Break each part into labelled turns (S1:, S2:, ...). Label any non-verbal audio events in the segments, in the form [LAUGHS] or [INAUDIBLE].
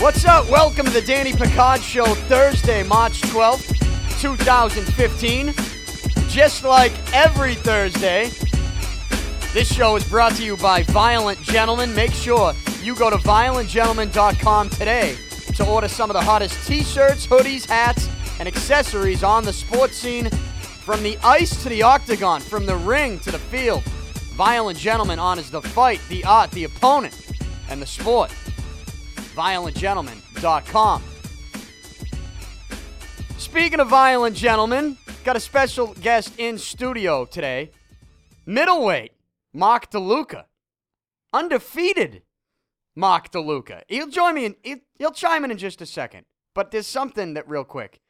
S1: What's up? Welcome to the Danny Picard Show, Thursday, March 12th, 2015. Just like every Thursday, this show is brought to you by Violent Gentlemen. Make sure you go to violentgentlemen.com today to order some of the hottest t shirts, hoodies, hats, and accessories on the sports scene from the ice to the octagon, from the ring to the field. Violent Gentlemen honors the fight, the art, the opponent, and the sport violentgentleman.com. Speaking of violent gentlemen, got a special guest in studio today. Middleweight, Mark DeLuca. Undefeated, Mark DeLuca. He'll join me in, he'll, he'll chime in in just a second. But there's something that, real quick,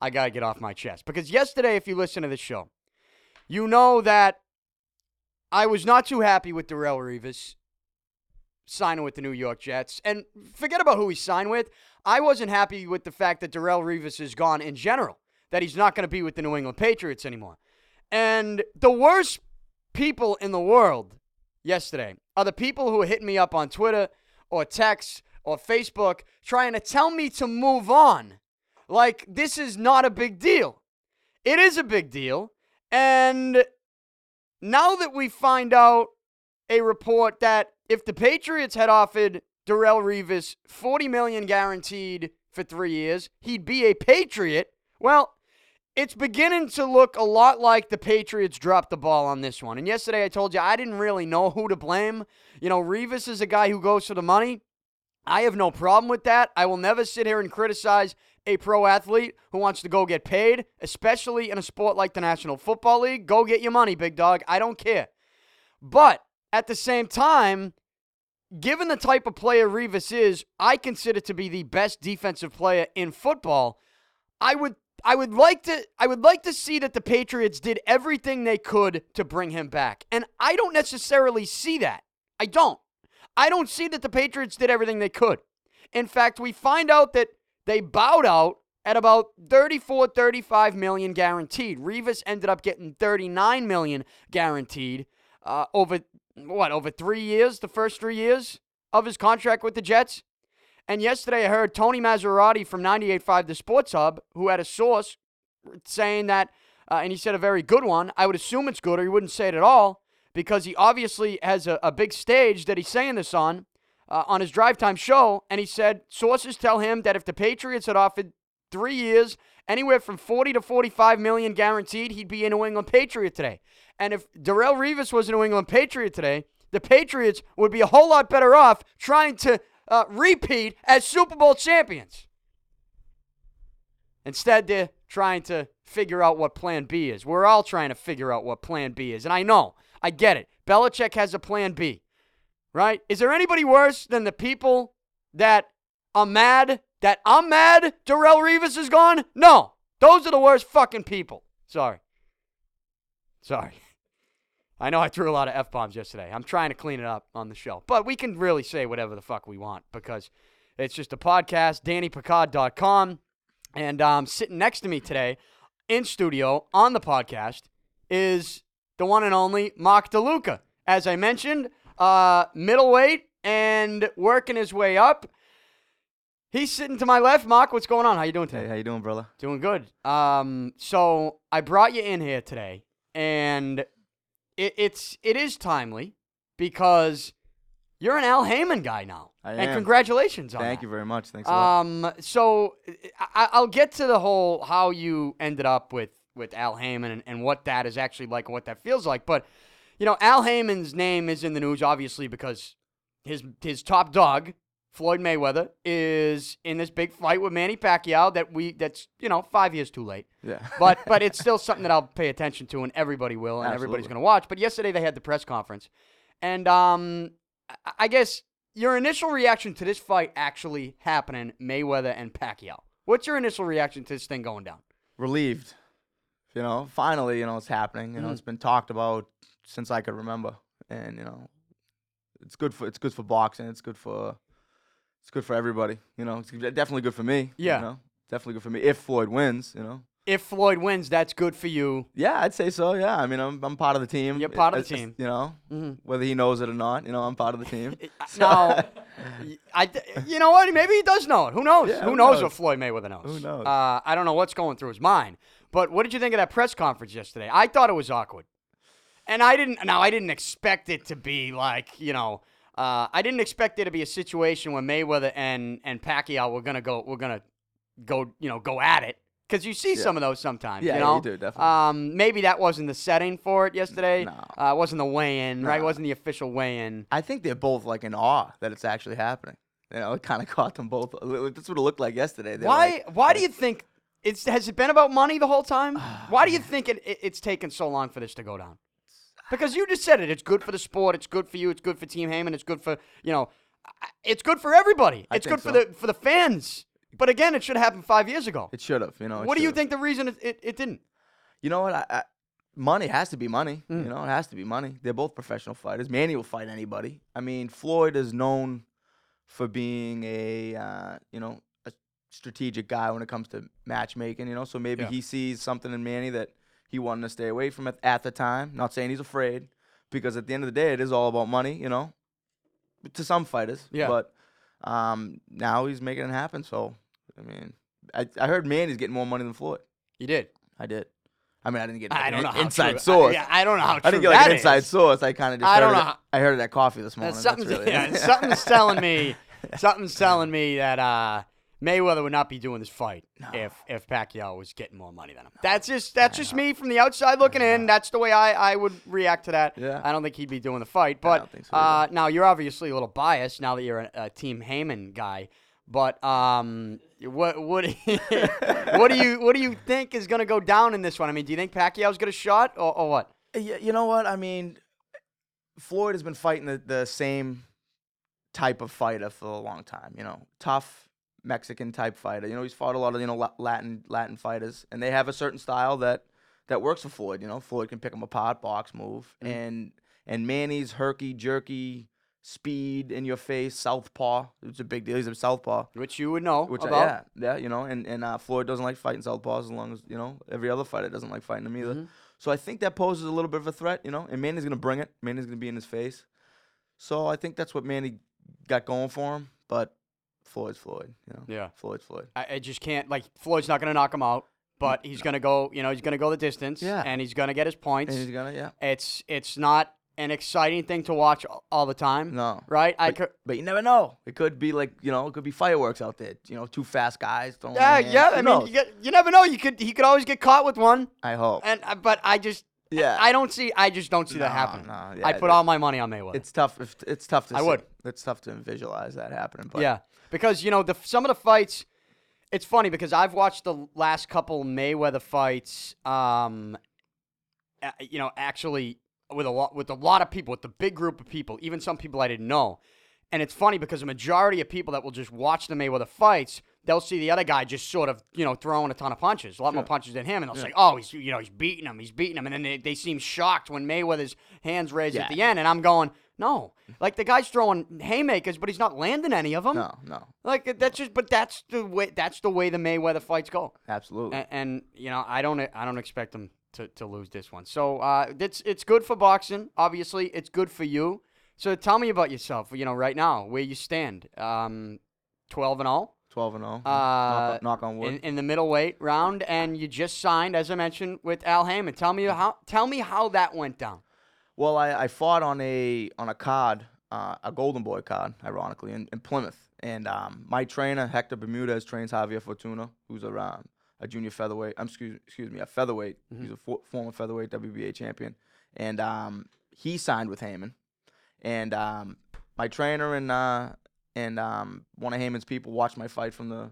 S1: I got to get off my chest. Because yesterday, if you listen to the show, you know that I was not too happy with Darrell Revis signing with the New York Jets. And forget about who he signed with. I wasn't happy with the fact that Darrell Revis is gone in general, that he's not going to be with the New England Patriots anymore. And the worst people in the world yesterday are the people who are hitting me up on Twitter or text or Facebook trying to tell me to move on. Like, this is not a big deal. It is a big deal. And now that we find out a report that if the Patriots had offered Darrell Revis 40 million guaranteed for 3 years, he'd be a Patriot. Well, it's beginning to look a lot like the Patriots dropped the ball on this one. And yesterday I told you I didn't really know who to blame. You know, Revis is a guy who goes for the money. I have no problem with that. I will never sit here and criticize a pro athlete who wants to go get paid, especially in a sport like the National Football League. Go get your money, big dog. I don't care. But at the same time, given the type of player Revis is, I consider to be the best defensive player in football. I would I would like to I would like to see that the Patriots did everything they could to bring him back. And I don't necessarily see that. I don't. I don't see that the Patriots did everything they could. In fact, we find out that they bowed out at about 34 35 million guaranteed. Revis ended up getting 39 million guaranteed uh, over what, over 3 years, the first 3 years of his contract with the Jets. And yesterday I heard Tony Maserati from 98.5 The Sports Hub, who had a source saying that, uh, and he said a very good one. I would assume it's good, or he wouldn't say it at all, because he obviously has a, a big stage that he's saying this on, uh, on his drive time show. And he said sources tell him that if the Patriots had offered three years, anywhere from 40 to 45 million guaranteed, he'd be a New England Patriot today. And if Darrell Revis was a New England Patriot today, the Patriots would be a whole lot better off trying to uh, repeat as Super Bowl champions. Instead, they're trying to figure out what plan B is. We're all trying to figure out what plan B is. And I know, I get it. Belichick has a plan B, right? Is there anybody worse than the people that are mad that I'm mad Darrell Revis is gone? No. Those are the worst fucking people. Sorry. Sorry. I know I threw a lot of F bombs yesterday. I'm trying to clean it up on the show. But we can really say whatever the fuck we want because it's just a podcast, DannyPicard.com. And um, sitting next to me today in studio on the podcast is the one and only Mark DeLuca. As I mentioned, uh, middleweight and working his way up. He's sitting to my left. Mark, what's going on? How you doing today?
S2: Hey, how you doing, brother?
S1: Doing good. Um, so I brought you in here today, and it, it's it is timely because you're an Al Heyman guy now,
S2: I
S1: and
S2: am.
S1: congratulations on
S2: Thank
S1: that.
S2: you very much. Thanks a lot.
S1: Um, so I, I'll get to the whole how you ended up with with Al Heyman and, and what that is actually like and what that feels like. But you know, Al Heyman's name is in the news obviously because his his top dog Floyd Mayweather is in this big fight with Manny Pacquiao that we that's you know five years too late.
S2: Yeah.
S1: [LAUGHS] But but it's still something that I'll pay attention to, and everybody will, and everybody's
S2: Absolutely.
S1: going to watch. But yesterday they had the press conference, and um, I- I guess your initial reaction to this fight actually happening, Mayweather and Pacquiao. What's your initial reaction to this thing going down?
S2: [LAUGHS] Relieved. You know, finally, you know, it's happening. You know, it's
S1: Mm.
S2: been talked about since I could remember, and you know, it's good for it's good for boxing. It's good for it's good for everybody. You know, it's definitely good for me.
S1: Yeah.
S2: You know, definitely good for me if Floyd wins. You know,
S1: if Floyd wins, that's good for you.
S2: Yeah, I'd say so. Yeah, I mean, I'm I'm part of the team.
S1: You're part of
S2: It's
S1: the
S2: just,
S1: team. Mm-hmm.
S2: You know, whether he knows it or not, you know, I'm part of
S1: [LAUGHS]
S2: the team. [LAUGHS]
S1: Now, y- I, d- you know what? Maybe he does know it. Who knows?
S2: Yeah,
S1: who,
S2: who
S1: knows,
S2: knows?
S1: what Floyd Mayweather knows?
S2: Who knows?
S1: Uh, I don't know what's going through his mind. But what did you think of that press conference yesterday? I thought it was awkward, and I didn't. Now I didn't expect it to be like you know. Uh, I didn't expect there to be a situation where Mayweather and and Pacquiao were gonna go. We're gonna go. You know, go at it because you see some of those sometimes.
S2: Yeah,
S1: you
S2: you
S1: know?
S2: do, definitely.
S1: Um, maybe that wasn't the setting for it yesterday.
S2: No.
S1: Uh, it wasn't the weigh-in, right? It
S2: No.
S1: wasn't the official weigh-in.
S2: I think they're both like in awe that it's actually happening. You know, it kind of [LAUGHS] caught them both. That's what it looked like yesterday. They were
S1: Why?
S2: like-
S1: why do you think it's has it been about money the whole time?
S2: Ah,
S1: why do you think it, it, it's taken so long for this to go down? Because you just said it. It's good for the sport. It's good for you. It's good for Team Heyman. It's good for you know. I- It's good for everybody. It's
S2: think
S1: good for
S2: so.
S1: the for the fans. But again, it should have happened five years ago.
S2: It should have. You know. it
S1: what do you
S2: should've.
S1: think the reason it, it, it didn't?
S2: You know what? I, I, money has to be money.
S1: Mm.
S2: You know, it has to be money. They're both professional fighters. Manny will fight anybody. I mean, Floyd is known for being a uh, you know a strategic guy when it comes to matchmaking. You know, so maybe
S1: Yeah.
S2: he sees something in Manny that he wanted to stay away from at, at the time. Not saying he's afraid, because at the end of the day, it is all about money. You know, to some fighters.
S1: Yeah.
S2: But um, now he's making it happen. So I mean, I, I heard Manny's getting more money than Floyd.
S1: You did.
S2: I did. I mean, I didn't get
S1: I
S2: like,
S1: don't
S2: an
S1: know how
S2: inside
S1: true,
S2: source.
S1: I, yeah, I don't know how true
S2: I didn't get like
S1: that
S2: an inside
S1: is.
S2: source. I kind of just.
S1: I
S2: heard
S1: don't
S2: it-
S1: know how-
S2: I heard it at coffee this morning.
S1: That's
S2: that's
S1: something's, [LAUGHS]
S2: really-
S1: yeah, something's telling
S2: [LAUGHS]
S1: me something's telling me that uh, Mayweather would not be doing this fight if if Pacquiao was getting more money than him. That's just that's just me from the outside looking in. That's the way I, I would react to that.
S2: Yeah.
S1: I don't think he'd be doing the fight. But
S2: don't think so
S1: uh,
S2: either.
S1: now you're obviously a little biased now that you're a, a Team Heyman guy. But um, what [LAUGHS] what what do you what do you think is going to go down in this one? I mean, do you think Pacquiao's going to shot or, or what?
S2: Y- You know what? I mean, Floyd has been fighting the, the same type of fighter for a long time. You know, tough Mexican type fighter. You know, he's fought a lot of you know La- Latin Latin fighters, and they have a certain style that that works for Floyd. You know, Floyd can pick him apart, box move, and and Manny's herky jerky speed in your face, southpaw. It's a big deal. He's a southpaw.
S1: Which you would know
S2: Which I-
S1: about.
S2: yeah, yeah, you know, and and uh, Floyd doesn't like fighting southpaws as long as you know every other fighter doesn't like fighting him
S1: Mm-hmm.
S2: either. So I think that poses a little bit of a threat, you know. And Manny's gonna bring it. Manny's gonna be in his face. So I think that's what Manny got going for him. But Floyd's Floyd, you know.
S1: Yeah.
S2: Floyd's Floyd.
S1: I, I just can't like Floyd's not gonna knock him out, but he's gonna go. You know, he's gonna go the distance.
S2: Yeah.
S1: And he's gonna get his points.
S2: And he's gonna, yeah.
S1: it's it's not an exciting thing to watch a- all the time.
S2: No.
S1: Right. I could.
S2: But you never know. It could be like you know, it could be fireworks out there. You know, two fast guys. throwing
S1: Yeah.
S2: hands.
S1: Yeah.
S2: Who
S1: I mean,
S2: knows?
S1: you, get, you never know. You could. He could always get caught with one.
S2: I hope.
S1: And uh, but I just.
S2: Yeah.
S1: I don't see. I just don't see that
S2: No,
S1: happening.
S2: no,
S1: I
S2: yeah,
S1: put
S2: it-
S1: all my money on Mayweather.
S2: it's tough. If, it's tough to.
S1: I
S2: see.
S1: would.
S2: It's tough to visualize that happening. But
S1: Yeah, because you know the some of the fights. It's funny because I've watched the last couple Mayweather fights. Um, uh, you know, actually with a lot with a lot of people, with the big group of people, even some people I didn't know. And it's funny because the majority of people that will just watch the Mayweather fights, they'll see the other guy just sort of you know throwing a ton of punches, a lot more punches than him, and they'll say, "Oh, he's you know he's beating him, he's beating him," and then they, they seem shocked when Mayweather's hands raised at
S2: Yeah.
S1: the end, and I'm going. No, like the guy's throwing haymakers, but he's not landing any of them.
S2: No, no,
S1: Like uh, that's just, but that's the way. That's the way the Mayweather fights go.
S2: absolutely.
S1: And, and you know, I don't, I don't expect him to, to lose this one. So uh, it's it's good for boxing. Obviously, it's good for you. So tell me about yourself. You know, right now where you stand. Um, twelve and all.
S2: 12 and 0. knock,
S1: Uh,
S2: on, knock on wood.
S1: In, in the middleweight round, and you just signed, as I mentioned, with Al Heyman. Tell me how. Tell me how that went down.
S2: well, I, I fought on a on a card, uh, a Golden Boy card, ironically, in, in Plymouth. And um, my trainer Hector Bermudez trains Javier Fortuna, who's a um, a junior featherweight. Um, excuse excuse me, a featherweight.
S1: Mm-hmm.
S2: He's a fo- former featherweight WBA champion, and um, he signed with Heyman. And um, my trainer and uh, and um, one of Heyman's people watched my fight from the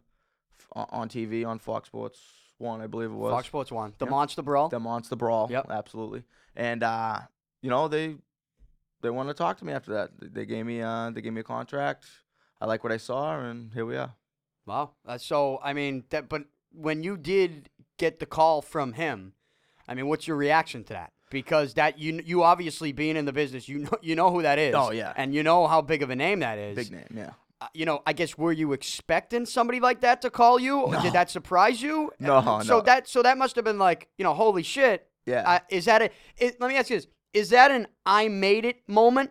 S2: f- on- on TV on Fox Sports One, I believe it was.
S1: Fox Sports One, the Monster Brawl.
S2: the monster brawl.
S1: Oh. Yep.
S2: absolutely. And uh, you know they they wanted to talk to me after that. They- They gave me uh, they gave me a contract. I like what I saw, and here we are.
S1: Wow. Uh, so I mean that, but when you did get the call from him, I mean, what's your reaction to that? Because that you you obviously being in the business, you know you know who that is.
S2: Oh, yeah.
S1: And you know how big of a name that is.
S2: Big name, yeah.
S1: uh, you know, I guess were you expecting somebody like that to call you? Or Did that surprise you?
S2: No,
S1: So
S2: no.
S1: that so that must have been like, you know, holy shit.
S2: Yeah.
S1: Uh, is that a? Is, let me ask you this: Is that an "I made it" moment?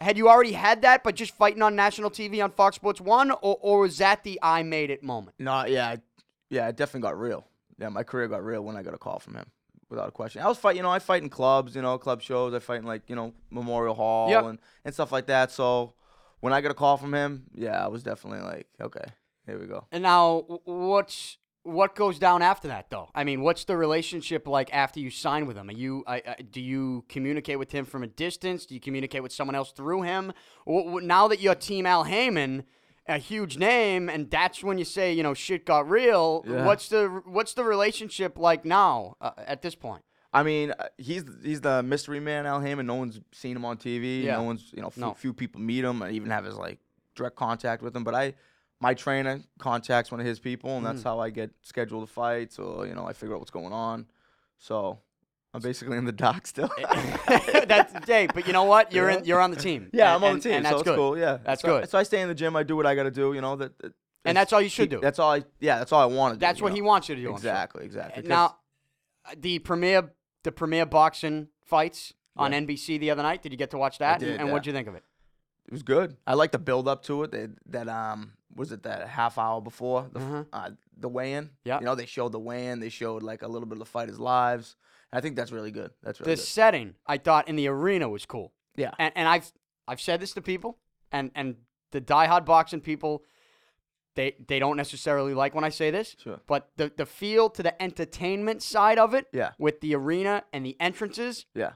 S1: Had you already had that, but just fighting on national TV on Fox Sports One, or or was that the "I made it" moment?
S2: No, yeah, I- yeah, it definitely got real. Yeah, my career got real when I got a call from him, without a question. I was fighting, you know, I fight in clubs, you know, club shows. I fight in like, you know, Memorial Hall
S1: Yep.
S2: and, and stuff like that. So when I got a call from him, yeah, I was definitely like, okay, here we go.
S1: And now, wh- what's what goes down after that, though? I mean, what's the relationship like after you sign with him? Are you I, I, do you communicate with him from a distance? Do you communicate with someone else through him? Wh- wh- Now that you're Team Al Heyman, a huge name, and that's when you say, you know, shit got real.
S2: Yeah.
S1: What's the what's the relationship like now uh, at this point? [LAUGHS]
S2: I mean, uh, he's he's the mystery man, Al Heyman. No one's seen him on TV.
S1: Yeah.
S2: No one's you know few,
S1: No.
S2: few people meet him and even have his like direct contact with him. But I, my trainer contacts one of his people, and
S1: Mm.
S2: that's how I get scheduled to fights or you know I figure out what's going on. So I'm basically in the dock still.
S1: [LAUGHS] that's hey, but you know what? You're in.
S2: Yeah.
S1: You're on the team.
S2: [LAUGHS] yeah,
S1: And-
S2: I'm on
S1: and-
S2: the team,
S1: and
S2: so
S1: that's
S2: it's
S1: good.
S2: cool. Yeah,
S1: That's
S2: so,
S1: good.
S2: So I stay in the gym. I do what I got to do. You know that. that
S1: And
S2: is
S1: that's all you should
S2: keep-
S1: do.
S2: That's all I. Yeah, that's all I want to do.
S1: That's
S2: you
S1: what
S2: know?
S1: he wants you to do. I'm sure.
S2: Exactly, exactly. 'cause-
S1: Now, uh, the premier the premier boxing fights on
S2: Yeah.
S1: NBC the other night. Did you get to watch that?
S2: did,
S1: and and
S2: yeah.
S1: what'd you think of it?
S2: It was good. I like the build up to it. That, that um was it that half hour before the f-
S1: Mhm.
S2: uh, the weigh in.
S1: Yeah.
S2: you know they showed the weigh in. They showed like a little bit of the fighters' lives. I think that's really good. That's really
S1: The setting I thought in the arena was cool.
S2: Yeah.
S1: And and I've I've said this to people and and the diehard boxing people they they don't necessarily like when I say this.
S2: good. Sure.
S1: But the the feel to the entertainment side of it
S2: Yeah.
S1: with the arena and the entrances,
S2: Yeah.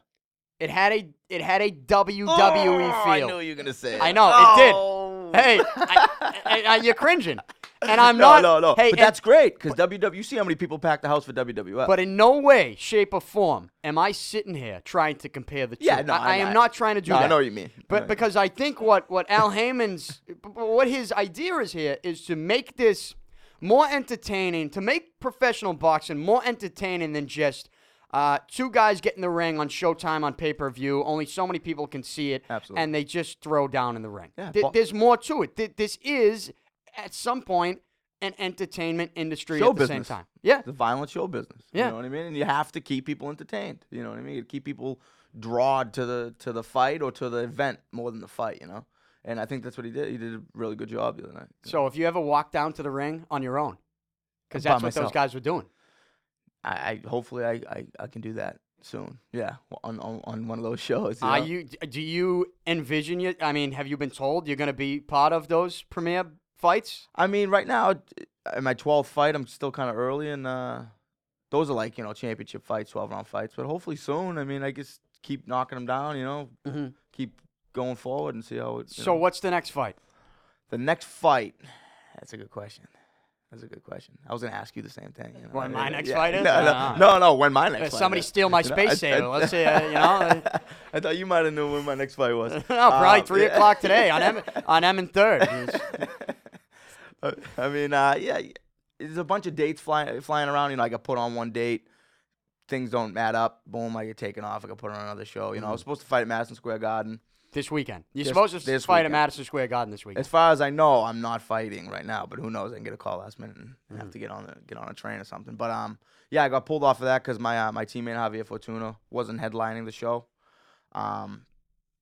S1: it had a it had a WWE
S2: Oh,
S1: feel.
S2: I knew you were gonna say.
S1: E I
S2: it.
S1: know, it did.
S2: Oh.
S1: Hey, I, I, I- you're cringing. And I'm
S2: [LAUGHS] no,
S1: not
S2: no, no.
S1: Hey, and-
S2: but that's great because WW. You see how many people packed the house for WWF?
S1: But in no way, shape, or form am I sitting here trying to compare the two.
S2: Yeah, no,
S1: I, I
S2: I-
S1: am
S2: I-
S1: not trying to do
S2: no,
S1: that.
S2: I know what you mean. I know
S1: But
S2: what you mean.
S1: because I think what what Al Heyman's b- b- what his idea is here is to make this more entertaining, to make professional boxing more entertaining than just uh, two guys get in the ring on Showtime on pay per view. Only so many people can see it,
S2: Absolutely.
S1: and they just throw down in the ring.
S2: Yeah,
S1: Th-
S2: bo-
S1: there's more to it. Th- this is at some point an entertainment industry
S2: Show
S1: at the
S2: business.
S1: same time. Yeah,
S2: the violent show business.
S1: Yeah.
S2: You know what I mean? And you have to keep people entertained. You know what I mean? You keep people drawed to the to the fight or to the event more than the fight, you know? And I think that's what he did. He did a really good job the other night.
S1: So if you ever walk down to the ring on your own, because
S2: By
S1: that's what those
S2: myself.
S1: guys were doing.
S2: I, I hopefully I, I, I can do that soon. Yeah. On on, on one of those [LAUGHS] shows. You
S1: Are
S2: know?
S1: you? Do you envision you? I mean, have you been told you're going to be part of those premier fights?
S2: I mean, right now it- in my twelfth fight, I'm still kinda early and uh those are like, you know, championship fights, twelve round fights. But hopefully soon, I mean, I just keep knocking them down, you know,
S1: Mhm.
S2: keep going forward and see how it you
S1: So
S2: know.
S1: what's the next fight? [LAUGHS]
S2: The next fight. That's a good question. That's a good question. I was gonna ask you the same thing. you know.
S1: When my
S2: Yeah,
S1: next
S2: yeah.
S1: fight is?
S2: No,
S1: Uh-uh.
S2: no, no, no, when my
S1: Uh,
S2: next. fight
S1: somebody
S2: is.
S1: steal my
S2: [LAUGHS] You know,
S1: space
S2: I-
S1: saver.
S2: I-
S1: Let's see. Uh,
S2: [LAUGHS]
S1: you know,
S2: I thought you might have known when my next fight
S1: [LAUGHS]
S2: was.
S1: no, Oh, probably
S2: Um,
S1: three
S2: yeah.
S1: o'clock today on M on M and Third.
S2: Uh, [LAUGHS] I mean, uh, yeah, y- there's a bunch of dates flying flying around. You know, I got put on one date. Things don't add up. Boom, I get taken off. I got put on another show. You know, I was
S1: Mm-hmm.
S2: supposed to fight at Madison Square Garden.
S1: This weekend, you're
S2: This-
S1: supposed to
S2: this
S1: fight at
S2: weekend.
S1: Madison Square Garden this weekend.
S2: As far as I know, I'm not fighting right now, but who knows? I can get a call last minute and have to get on the, get on a train or something. But um, yeah, I got pulled off of that because my uh, my teammate Javier Fortuna wasn't headlining the show, um,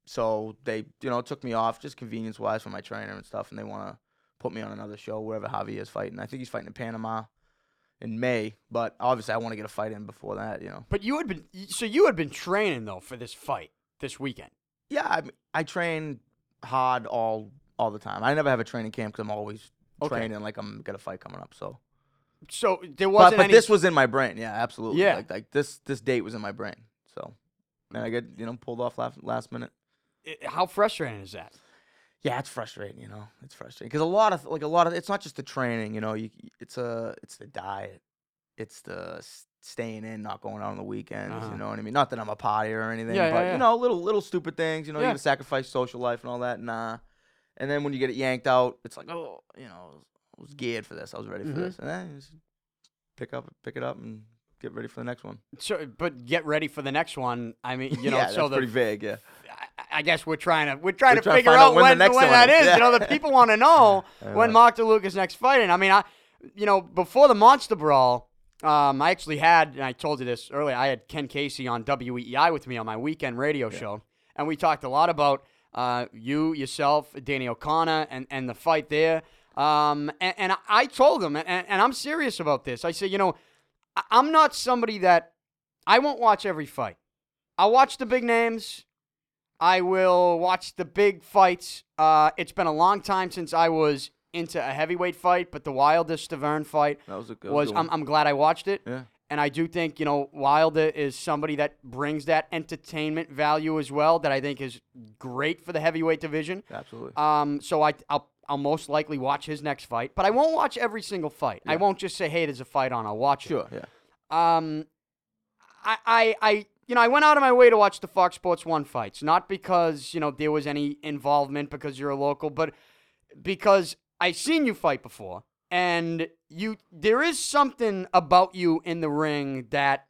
S2: so they you know took me off just convenience wise for my trainer and stuff, and they want to put me on another show wherever Javier is fighting. I think he's fighting in Panama in May, but obviously I want to get a fight in before that, you know.
S1: But you had been so you had been training though for this fight this weekend.
S2: Yeah, I, mean, I train hard all all the time. I never have a training camp because I'm always
S1: Okay.
S2: training like I'm got a fight coming up, so.
S1: So there
S2: but,
S1: wasn't
S2: but
S1: any.
S2: this was in my brain. Yeah, absolutely.
S1: Yeah.
S2: Like, like this this date was in my brain. So, and I get you know pulled off last last minute.
S1: how frustrating is that?
S2: Yeah, it's frustrating. You know, it's frustrating because a lot of like a lot of it's not just the training. You know, you it's a it's the diet, it's the s- staying in, not going out on the weekends.
S1: Uh-huh.
S2: You know what I mean? Not that I'm a potty or anything,
S1: Yeah, yeah,
S2: but
S1: yeah.
S2: you know, little little stupid things. You know,
S1: Yeah.
S2: you gotta sacrifice social life and all that. Nah. And then when you get it yanked out, it's like, oh, you know, I was, I was geared for this. I was ready
S1: Mhm.
S2: for this. And then you just pick up, pick it up, and
S1: [LAUGHS]
S2: get ready for the next one.
S1: So, but get ready for the next one. I mean, you know,
S2: [LAUGHS] yeah,
S1: so
S2: that's
S1: the
S2: pretty vague. Yeah,
S1: I- I guess we're trying to we're trying to
S2: We're trying to
S1: figure
S2: find
S1: out when, when,
S2: the next one
S1: that
S2: is.
S1: is.
S2: Yeah.
S1: You know, the people want to
S2: [LAUGHS]
S1: know when Mark DeLuca's next fighting. I mean, I you know before the Monster Brawl, um, I actually had and I told you this earlier. I had Ken Casey on WEEI with me on my weekend radio show, and we talked a lot about uh, you yourself, Danny O'Connor, and and the fight there. Um, and, and I told him, and, and I'm serious about this. I said, you know, I- I'm not somebody that I won't watch every fight. I'll watch the big names. I will watch the big fights. Uh, it's been a long time since I was into a heavyweight fight, but the Wilder Stavern fight
S2: That was a good
S1: was. um,
S2: good
S1: I'm,
S2: one.
S1: I'm glad I watched it.
S2: Yeah.
S1: And I do think, you know, Wilder is somebody that brings that entertainment value as well that I think is great for the heavyweight division.
S2: Absolutely.
S1: Um, so I, I'll, I'll most likely watch his next fight, but I won't watch every single fight. I won't just say, hey, there's a fight on, I'll watch it
S2: sure. Yeah.
S1: um, I, I, I, you know, I went out of my way to watch the Fox Sports One fights, not because you know there was any involvement because you're a local, but because I seen you fight before, and you, there is something about you in the ring that,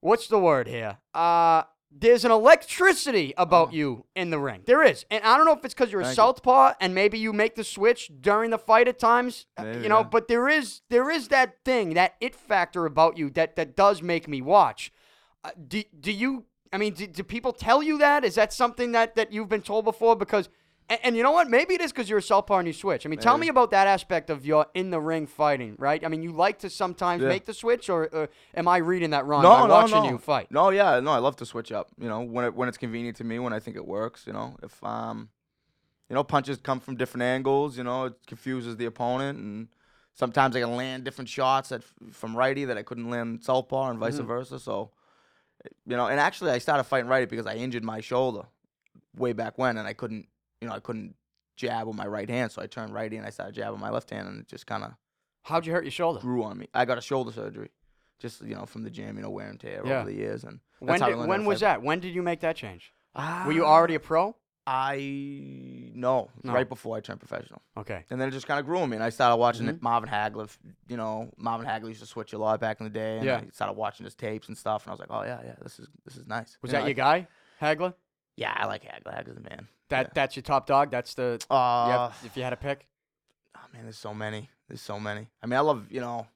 S1: what's the word here? Uh, there's an electricity about you in the ring. There is, and I don't know if it's because you're a
S2: Mm. Thank you.
S1: southpaw and maybe you make the switch during the fight at times
S2: Maybe,
S1: Uh, you know
S2: yeah.
S1: but there is there is that thing that it factor about you that that does make me watch uh, do, do you i mean do, do people tell you that is that something that that you've been told before because and, and you know what maybe it is because you're a southpaw and you switch i mean tell me
S2: Maybe.
S1: about that aspect of your in the ring fighting right i mean you like to sometimes
S2: Yeah.
S1: make the switch or, or am i reading that wrong
S2: No,
S1: by
S2: no,
S1: watching
S2: no.
S1: you fight
S2: No, yeah, no. I love to switch up. You know, when it, when it's convenient to me, when I think it works. You know, if um, you know, punches come from different angles. You know, it confuses the opponent, and sometimes I can land different shots that from righty that I couldn't land southpaw, and
S1: Mm-hmm.
S2: vice versa. So, you know, and actually, I started fighting righty because I injured my shoulder way back when, and I couldn't, you know, I couldn't jab with my right hand, so I turned righty and I started jabbing my left hand, and it just kind of
S1: how'd you hurt your shoulder
S2: grew on me. I got a shoulder surgery, just you know, from the gym, you know, wear and tear
S1: Yeah.
S2: over the years. And
S1: when,
S2: how I
S1: did,
S2: learned how
S1: when
S2: to
S1: was
S2: fight.
S1: that when did you make that change were you
S2: Ah,
S1: already a pro
S2: I no,
S1: No.
S2: right before I turned professional,
S1: okay
S2: and then it just kind of grew on me. And I started watching
S1: Mm-hmm.
S2: it, Marvin Hagler. You know, Marvin Hagler used to switch a lot back in the day. And
S1: Yeah.
S2: I started watching his tapes and stuff, and I was like, oh yeah, yeah, this is this is nice.
S1: was
S2: You know,
S1: that
S2: I-
S1: your guy hagler
S2: Yeah, I like Hagler. Hagler's the man.
S1: that that's your top dog that's the
S2: Uh,
S1: Yeah, if you had a pick.
S2: Oh man, there's so many. There's so many. I mean, I love you know,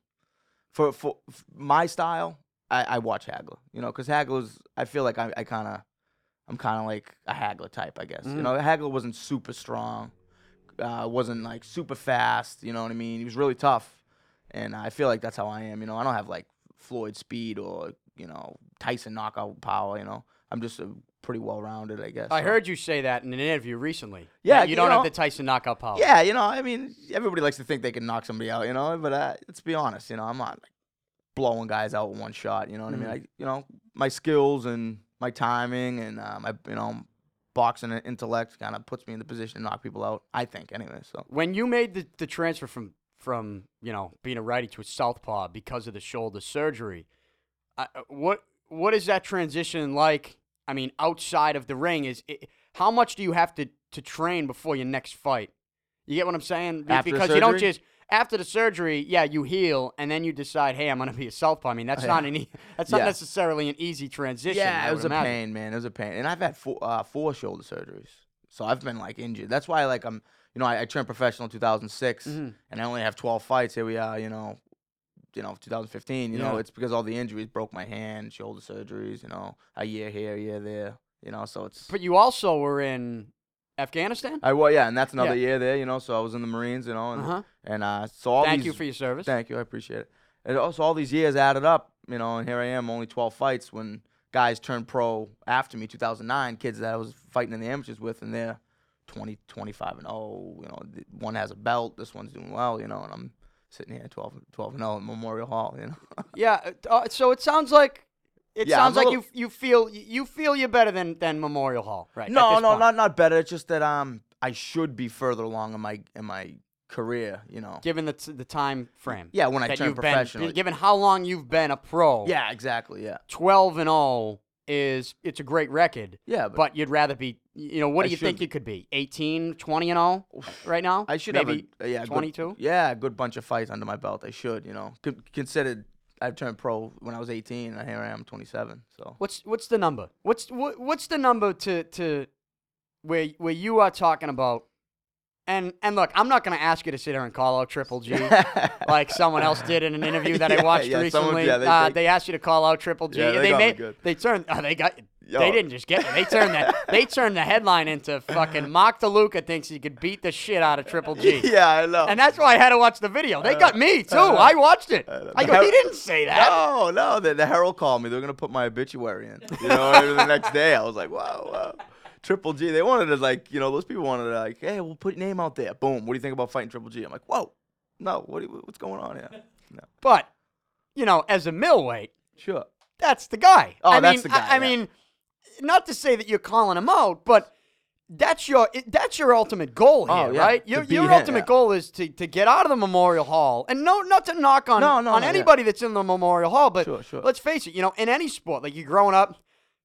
S2: for for, f my style, I, I watch Hagler. You know, because Hagler's. I feel like I, I kind of, I'm kind of like a Hagler type, I guess. You
S1: Mm.
S2: know, Hagler wasn't super strong, uh, wasn't like super fast. You know what I mean? He was really tough, and I feel like that's how I am. You know, I don't have like Floyd speed or you know Tyson knockout power. You know, I'm just a pretty well rounded, I guess.
S1: I
S2: so.
S1: heard you say that in an interview recently.
S2: Yeah,
S1: that you
S2: you
S1: don't have
S2: know-
S1: the Tyson knockout power.
S2: Yeah, you know, I mean, everybody likes to think they can knock somebody out, you know, but uh, let's be honest, you know, I'm not like, blowing guys out in one shot, you know what I mean? I, you know, my skills and my timing and uh, my, you know, boxing and intellect kind of puts me in the position to knock people out, I think, anyway. So,
S1: When you made the, the transfer from from you know being a righty to a southpaw because of the shoulder surgery, I, uh, what what is that transition like? I mean, outside of the ring, is it, how much do you have to to train before your next fight? You get what I'm saying? Be-
S2: After the
S1: because you don't
S2: surgery?
S1: just after the surgery, yeah, you heal and then you decide, hey, I'm gonna be a southpaw. I mean, that's
S2: [LAUGHS] yeah.
S1: not an e- that's not
S2: Yeah.
S1: necessarily an easy transition.
S2: yeah,
S1: I
S2: it
S1: would
S2: was a
S1: imagine.
S2: pain, man. It was a pain. And I've had four, uh, four shoulder surgeries. So I've been like injured. That's why, like, I'm, you know, I, I turned professional in 2006
S1: Mhm.
S2: and I only have 12 fights. Here we are, you know, you know, 2015. You know,
S1: Yeah.
S2: it's because all the injuries broke my hand, shoulder surgeries. You know, a year here, a year there. You know, so it's
S1: But you also were in Afghanistan.
S2: I well, yeah, and that's another
S1: Yeah.
S2: year there. You know, so I was in the Marines. You know, and
S1: Uh-huh.
S2: and uh, so all
S1: Thank
S2: these,
S1: you for your service.
S2: Thank you, I appreciate it. And also, all these years added up, you know, and here I am, only 12 fights when guys turned pro after me, 2009, kids that I was fighting in the amateurs with, and they're 20, 25 and 0. You know, th- one has a belt, this one's doing well, you know, and I'm sitting here 12, 12 and 0 at Memorial Hall, you know.
S1: Yeah. Uh, so it sounds like it
S2: Yeah, I'm
S1: sounds
S2: a
S1: like
S2: little-
S1: you you feel you feel you're better than than Memorial Hall, right? at
S2: [LAUGHS] No,
S1: this
S2: no,
S1: point.
S2: not not better. It's just that um, I should be further along in my in my career, you know.
S1: given the t- the time frame.
S2: Yeah, when I
S1: that
S2: turned
S1: you've
S2: professional.
S1: Been, given how long you've been a pro.
S2: Yeah, exactly. Yeah,
S1: Twelve and all is it's a great record.
S2: yeah,
S1: But you'd rather be, you know, what do
S2: I
S1: you think
S2: should-
S1: you could be? 18, 20 and all right now?
S2: I should
S1: Maybe
S2: have a, yeah, a good-
S1: 22?
S2: yeah, a good bunch of fights under my belt. I should, you know, Con- considered I turned pro when I was 18, and here I am, 27. So [LAUGHS]
S1: What's what's the number? What's what, what's the number to to where where you are talking about? And and look, I'm not gonna ask you to sit here and call out Triple
S2: [LAUGHS]
S1: G like someone else did in an interview that I
S2: Yeah,
S1: watched
S2: yeah, someone-
S1: recently.
S2: yeah, they-
S1: uh,
S2: they-
S1: they asked you to call out Triple G.
S2: Yeah,
S1: and
S2: they
S1: they
S2: got me
S1: made
S2: good.
S1: they turned oh, they got they
S2: Yo.
S1: didn't just get me. They turned
S2: [LAUGHS]
S1: that they turned the headline into fucking Mock DeLuca thinks he could beat the shit out of Triple G.
S2: yeah, Uh, I know.
S1: And that's why I had to watch the video. They got me too. I watched it.
S2: know.
S1: I go, he didn't say that.
S2: no, no. The, the Herald called me. They were gonna put my obituary in. You know, and the next day I was like, wow, wow. Triple G. They wanted to like, you know, those people wanted to like, hey, we'll put your name out there. Boom. What do you think about fighting Triple G? I'm like, whoa, no. What do you, what's going on here? No,
S1: But you know, as a millweight,
S2: sure.
S1: that's the guy.
S2: Oh,
S1: I
S2: that's
S1: mean,
S2: the guy,
S1: I, I
S2: yeah.
S1: mean, not to say that you're calling him out, but that's your it- that's your ultimate goal here,
S2: Oh, yeah,
S1: right?
S2: to
S1: Your,
S2: be
S1: your
S2: him,
S1: ultimate
S2: yeah.
S1: goal is to, to get out of the Memorial Hall, and no, not to knock on
S2: No, no,
S1: on
S2: no, yeah.
S1: anybody that's in the Memorial Hall, but
S2: Sure, sure.
S1: let's face it, you know, in any sport, like you're growing up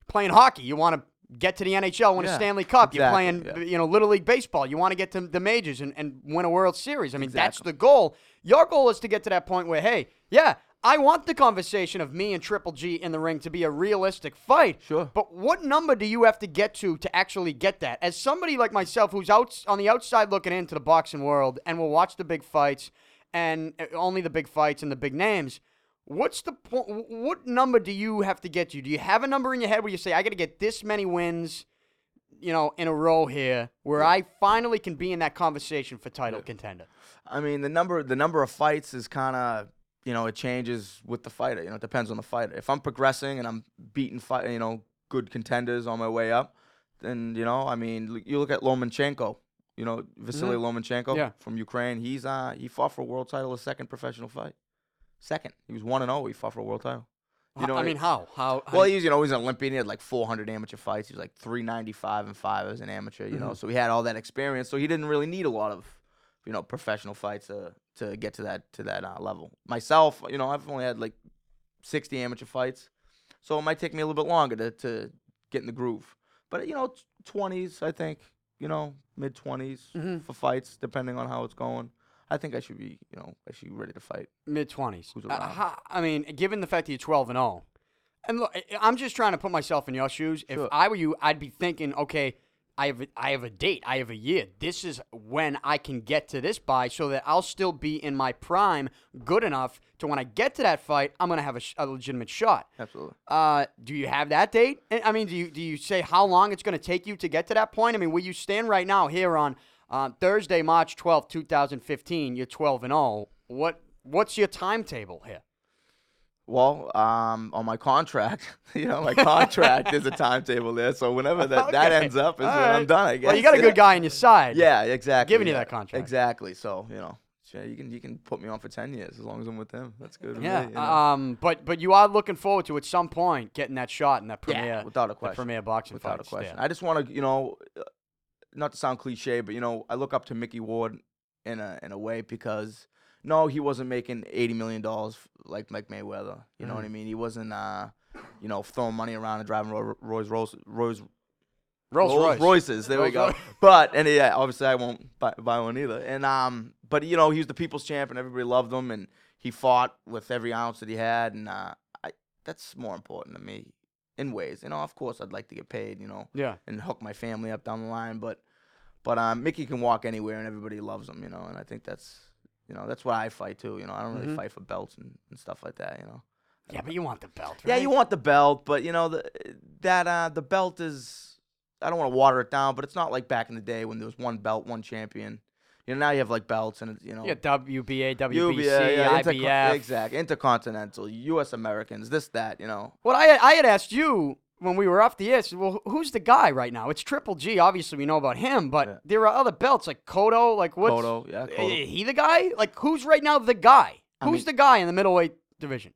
S1: playing hockey, you want to get to the NHL, win a
S2: Yeah,
S1: Stanley Cup. you're playing,
S2: exactly, yeah.
S1: you know, little league baseball. You want to get to the majors and, and win a World Series. I mean, that's
S2: Exactly.
S1: the goal. Your goal is to get to that point where, hey, yeah, I want the conversation of me and Triple G in the ring to be a realistic fight.
S2: Sure.
S1: But what number do you have to get to to actually get that? As somebody like myself who's out on the outside looking into the boxing world and will watch the big fights and uh, only the big fights and the big names. What's the point? What number do you have to get to? Do you have a number in your head where you say, I got to get this many wins, you know, in a row here where I finally can be in that conversation for title contender?
S2: I mean, the number the number of fights is kind of you know it changes with the fighter. You know, it depends on the fighter. If I'm progressing and I'm beating fight, you know, good contenders on my way up, then you know, I mean, l- you look at Lomachenko. You know, Vasily Lomachenko
S1: Mm-hmm. Yeah.
S2: from Ukraine. He's uh he fought for a world title, his second professional fight. Second, he was one and zero. He fought for a world title. You
S1: H-
S2: know,
S1: I
S2: what
S1: mean, how? How? how
S2: well,
S1: do
S2: he was, you know, he was an Olympian. He had like 400 amateur fights. He was like 395 and five as an amateur, you know. So he had all that experience. So he didn't really need a lot of, you know, professional fights to to get to that to that uh, level. Myself, you know, I've only had like 60 amateur fights, so it might take me a little bit longer to to get in the groove. But you know, t- 20s, I think, you know, mid 20s for fights, depending on how it's going. I think I should be, you know, I should be ready to fight.
S1: mid twenties.
S2: Who's
S1: Uh,
S2: around?
S1: ho- I mean, given the fact that you're twelve and zero, and look, I- I'm just trying to put myself in your shoes. If
S2: Sure.
S1: I were you, I'd be thinking, okay, I have a, I have a date, I have a year. This is when I can get to this by, so that I'll still be in my prime, good enough to when I get to that fight, I'm gonna have a, sh- a legitimate shot.
S2: Absolutely.
S1: Uh, do you have that date? And, I mean, do you do you say how long it's going to take you to get to that point? I mean, where you stand right now here on uh, Thursday, March twelfth, two 2015, you're 12 and 0. What what's your timetable here?
S2: Well, um, on my contract, [LAUGHS] you know, my
S1: [LAUGHS]
S2: contract is a timetable there. So whenever that, that
S1: Okay.
S2: ends up is
S1: All
S2: when I'm
S1: right.
S2: done. I guess.
S1: Well, you got a
S2: yeah.
S1: good guy on your side.
S2: Yeah, exactly.
S1: giving you
S2: yeah,
S1: that contract.
S2: Exactly. So you know, yeah, you can you can put me on for ten years as long as I'm with them. That's good. with
S1: Yeah.
S2: me, you know.
S1: Um, but but you are looking forward to at some point getting that shot in that premier
S2: without a
S1: The
S2: question.
S1: premier boxing
S2: without a
S1: fights,
S2: question.
S1: yeah.
S2: I just want to, you know, uh, not to sound cliche, but you know, I look up to Mickey Ward in a in a way because no, he wasn't making eighty million dollars like Mike Mayweather. You know what I mean? He wasn't, uh, you know, throwing money around and driving Roy- Roy's Rolls Roy's
S1: Rolls Royce.
S2: Royces. There we go.
S1: Rolls-Royce.
S2: But and yeah, obviously I won't buy, buy one either. And um, but you know he was the people's champ, and everybody loved him, and he fought with every ounce that he had, and uh, I, that's more important to me in ways. You know, of course I'd like to get paid, you know,
S1: Yeah.
S2: and hook my family up down the line, but but um, Mickey can walk anywhere, and everybody loves him, you know, and I think that's you know that's why I fight too. You know, I don't really fight for belts and, and stuff like that. You know.
S1: Yeah, but you want the belt, right?
S2: Yeah, you want the belt, but you know the, that uh, the belt is. I don't want to water it down, but it's not like back in the day when there was one belt, one champion. You know, now you have like belts and it's, you know.
S1: Yeah, WBA, WBC,
S2: UBA, yeah, intercon-
S1: IBF.
S2: exact, intercontinental, U.S. Americans, this, that, you know.
S1: Well, I I had asked you when we were off the air. I said, Well, wh- who's the guy right now? It's Triple G. Obviously, we know about him, but
S2: Yeah.
S1: there are other belts like Kodo. Like what's
S2: Kodo, yeah,
S1: i-
S2: Kodo.
S1: he the guy? Like who's right now the guy?
S2: I
S1: Who's
S2: mean-
S1: the guy in the middleweight division?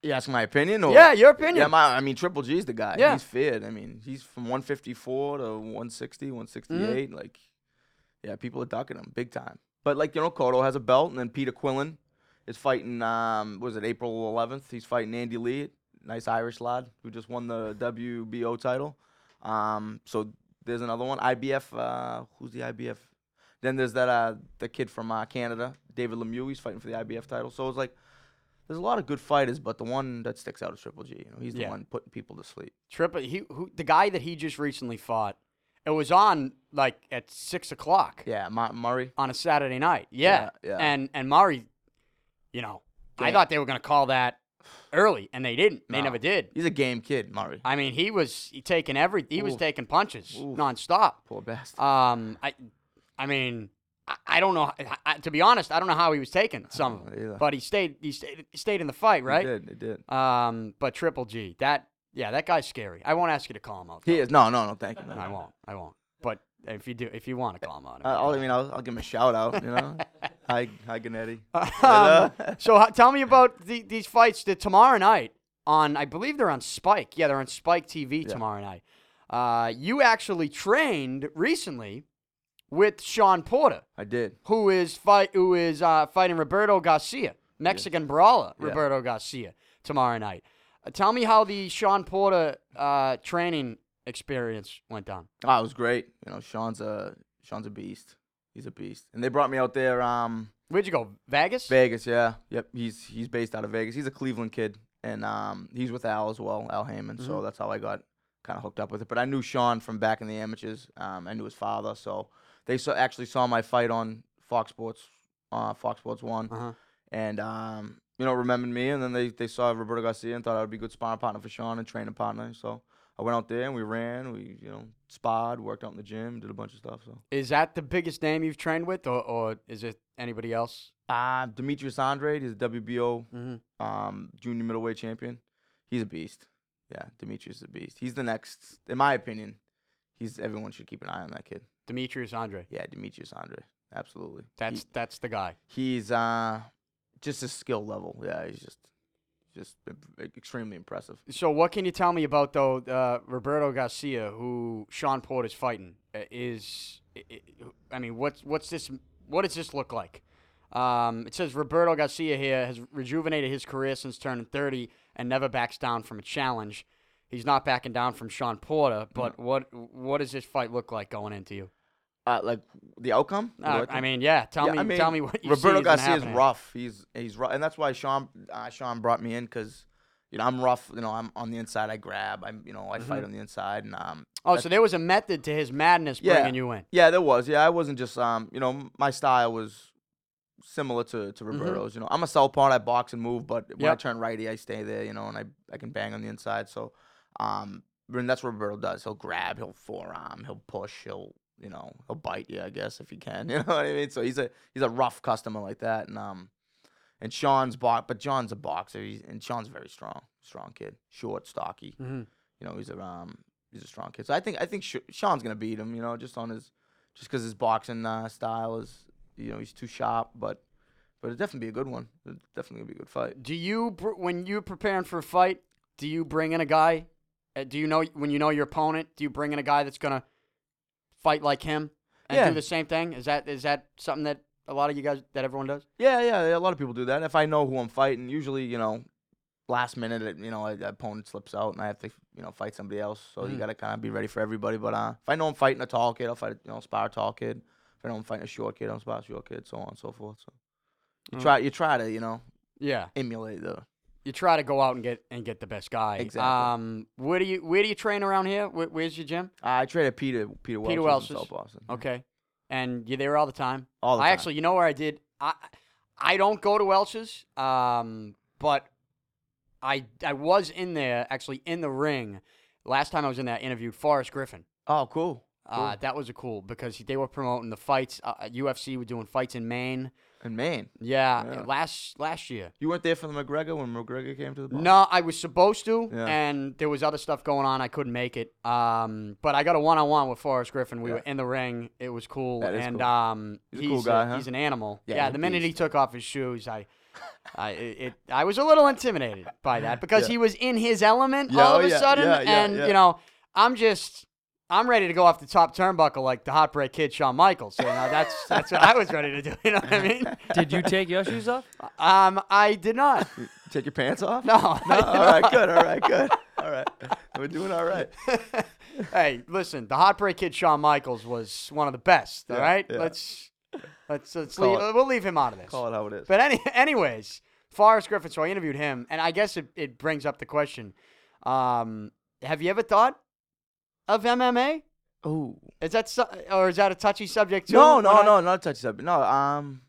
S2: You ask my opinion, or
S1: Yeah, your opinion.
S2: Oh. yeah, my, I mean, Triple G's the guy.
S1: Yeah.
S2: he's feared. I mean, he's from 154 to 160,
S1: Mm-hmm.
S2: 168. Like, yeah, people are ducking him big time. But like, you know, Cotto has a belt, and then Peter Quillen is fighting. Um, was it April 11th? He's fighting Andy Lee, nice Irish lad who just won the WBO title. Um, so there's another one. IBF. Uh, who's the IBF? Then there's that uh, the kid from uh, Canada, David Lemieux. He's fighting for the IBF title. So it's like There's a lot of good fighters, but the one that sticks out is Triple G. You know, he's the
S1: Yeah.
S2: one putting people to sleep.
S1: Triple he who the guy that he just recently fought. It was on like at six o'clock
S2: Yeah, Martin Murray.
S1: on a Saturday night. Yeah.
S2: Yeah, yeah.
S1: And and Mari, you know, I
S2: Damn.
S1: thought they were gonna call that early, and they didn't. They
S2: No.
S1: never did.
S2: He's a game kid, Murray.
S1: I mean, he was taking every he was
S2: Oof.
S1: taking punches
S2: Oof.
S1: nonstop.
S2: Poor bastard.
S1: Um, I, I mean, I, I don't know. I, I, to be honest, I don't know how he was taking some of
S2: don't
S1: them,
S2: either.
S1: but he stayed. He stayed, he stayed in the fight,
S2: It
S1: right?
S2: did. It did.
S1: Um, but Triple G, that yeah, that guy's scary. I won't ask you to call him out.
S2: He
S1: though.
S2: is. No, no, no. Thank you. No,
S1: I
S2: no.
S1: won't. I won't. But if you do, if you want to call him out,
S2: I, I'll, I mean, I'll, I'll give him a shout out. You
S1: [LAUGHS]
S2: know, hi, hi, Gennady.
S1: Um,
S2: Hello.
S1: so h- tell me about the, these fights that tomorrow night on. I believe they're on Spike. Yeah, they're on Spike TV tomorrow night. Uh, you actually trained recently with Sean Porter.
S2: I did.
S1: who is fight who is uh, fighting Roberto Garcia, Mexican brawler
S2: Yeah.
S1: Roberto Garcia tomorrow night. Uh, tell me how the Sean Porter uh, training experience went down.
S2: Oh, it was great. You know, Sean's a Sean's a beast. He's a beast. And they brought me out there. Um,
S1: Where'd you go? Vegas?
S2: Vegas. Yeah. Yep. He's he's based out of Vegas. He's a Cleveland kid, and um, he's with Al as well, Al Heyman. So that's how I got kind of hooked up with it. But I knew Sean from back in the amateurs. Um, I knew his father. So they saw, actually saw my fight on Fox Sports, uh, Fox Sports One.
S1: Uh-huh.
S2: and um, you know, remembered me. And then they, they saw Roberto Garcia and thought I would be a good sparring partner for Sean and training partner. So I went out there and we ran, we you know sparred, worked out in the gym, did a bunch of stuff. So
S1: Is that the biggest name you've trained with, or, or is it anybody else?
S2: uh, Demetrius Andre, he's a WBO
S1: Mm-hmm.
S2: um, junior middleweight champion. He's a beast. Yeah, Demetrius is a beast. He's the next, in my opinion. He's everyone should keep an eye on that kid.
S1: Demetrius Andre.
S2: Yeah, Demetrius Andre, absolutely. He-
S1: That's that's the guy.
S2: he's uh, just his skill level. Yeah, he's just just extremely impressive.
S1: So what can you tell me about though uh, Roberto Garcia, who Sean Porter's fighting? Uh, Is i- i- I mean, what's what's this? What does this look like? Um, it says Roberto Garcia here has rejuvenated his career since turning 30 and never backs down from a challenge. He's not backing down from Sean Porter,
S2: Mm.
S1: but what what does this fight look like going into you?
S2: Uh, like the outcome. The
S1: Uh,
S2: outcome?
S1: I mean, yeah, tell
S2: Yeah,
S1: me
S2: I mean,
S1: tell me what you see
S2: Roberto
S1: isn't
S2: Garcia is
S1: happening.
S2: rough. He's he's rough, and that's why Sean uh, Sean brought me in because you know I'm rough. You know I'm on the inside. I grab. I'm you know I
S1: Mm-hmm.
S2: fight on the inside, and um
S1: Oh, so there was a method to his madness
S2: Yeah.
S1: bringing you in.
S2: yeah, there was yeah. I wasn't just um you know m- my style was similar to to Roberto's. You know I'm a southpaw. and I box and move, but when I
S1: Yep.
S2: turn righty, I stay there. You know, and I I can bang on the inside. So um and that's what Roberto does. He'll grab. He'll forearm. He'll push. He'll you know he'll bite you. I guess if he can. [LAUGHS] You know what I mean. So he's a he's a rough customer like that, and um. And Sean's box, but John's a boxer, he's, and Sean's very strong, strong kid, short, stocky.
S1: Mm-hmm.
S2: You know, he's a um, he's a strong kid. So I think I think Sh- Sean's gonna beat him. You know, just on his just because his boxing uh, style is you know he's too sharp, but but it'll definitely be a good one. It'll definitely be a good fight.
S1: Do you br- when you're preparing for a fight, do you bring in a guy? Uh, do you know when you know your opponent? Do you bring in a guy that's gonna fight like him and
S2: Yeah.
S1: do the same thing? Is that is that something that a lot of you guys that everyone does?
S2: Yeah, yeah, a lot of people do that. If I know who I'm fighting, usually you know last minute it- you know a- a opponent slips out and I have to you know fight somebody else. So you
S1: Mhm.
S2: gotta kind of be ready for everybody. But uh, if I know I'm fighting a tall kid, I'll fight a, you know spar a tall kid. If I know I'm fighting a short kid, I'll spar a short kid. So on and so forth. So you
S1: Mm.
S2: try you try to you know
S1: Yeah,
S2: emulate the
S1: you try to go out and get and get the best guy.
S2: Exactly.
S1: Um, where do you where do you train around here? Where, where's your gym?
S2: I traded Peter Peter Welch.
S1: Peter
S2: Welch in
S1: Welch's.
S2: South Boston.
S1: Okay, and you're there all the time.
S2: All the
S1: I
S2: time.
S1: actually, you know where I did. I I don't go to Welch's, um, but I I was in there actually in the ring last time I was in there. I interviewed Forrest Griffin.
S2: Oh, cool.
S1: Uh, that was a cool because they were promoting the fights. Uh, UFC were doing fights in Maine.
S2: And Maine.
S1: Yeah,
S2: Yeah.
S1: last last year.
S2: You weren't there for the McGregor when McGregor came to the Boston?
S1: No, I was supposed to,
S2: Yeah.
S1: and there was other stuff going on. I couldn't make it. Um, but I got a one-on-one with Forrest Griffin. We
S2: Yeah.
S1: were in the ring. It was cool.
S2: That is
S1: and
S2: cool.
S1: um,
S2: He's a cool guy, huh?
S1: He's an animal. Yeah.
S2: Yeah,
S1: the
S2: he's a
S1: minute he
S2: beast.
S1: took off his shoes,
S2: [LAUGHS]
S1: I, I, it, it- I was a little intimidated by that because
S2: Yeah.
S1: he was in his element
S2: Yeah,
S1: all
S2: oh,
S1: of a
S2: yeah,
S1: sudden,
S2: yeah, yeah,
S1: and
S2: yeah.
S1: you know, I'm just. I'm ready to go off the top turnbuckle like the hot break kid Shawn Michaels. You know, that's that's what I was ready to do. You know what I
S2: [LAUGHS]
S1: mean?
S3: Did you take your shoes off?
S1: Um, I did not.
S2: [LAUGHS] Take your pants off?
S1: No,
S2: No? all right, good, all
S1: [LAUGHS]
S2: right, good. All right. We're doing all right.
S1: hey, listen, the hot break kid Shawn Michaels was one of the best. All
S2: Yeah,
S1: right?
S2: yeah.
S1: let's let's let's
S2: Call
S1: leave,
S2: it.
S1: we'll leave him out of this.
S2: Call it how it is.
S1: But any, anyways, Forrest Griffin. So I interviewed him, and I guess it, it brings up the question: um, Have you ever thought of MMA?
S2: Oh.
S1: Is that so, or is that a touchy subject? Too,
S2: No, no,
S1: When I-
S2: no, not touch subject. No, um,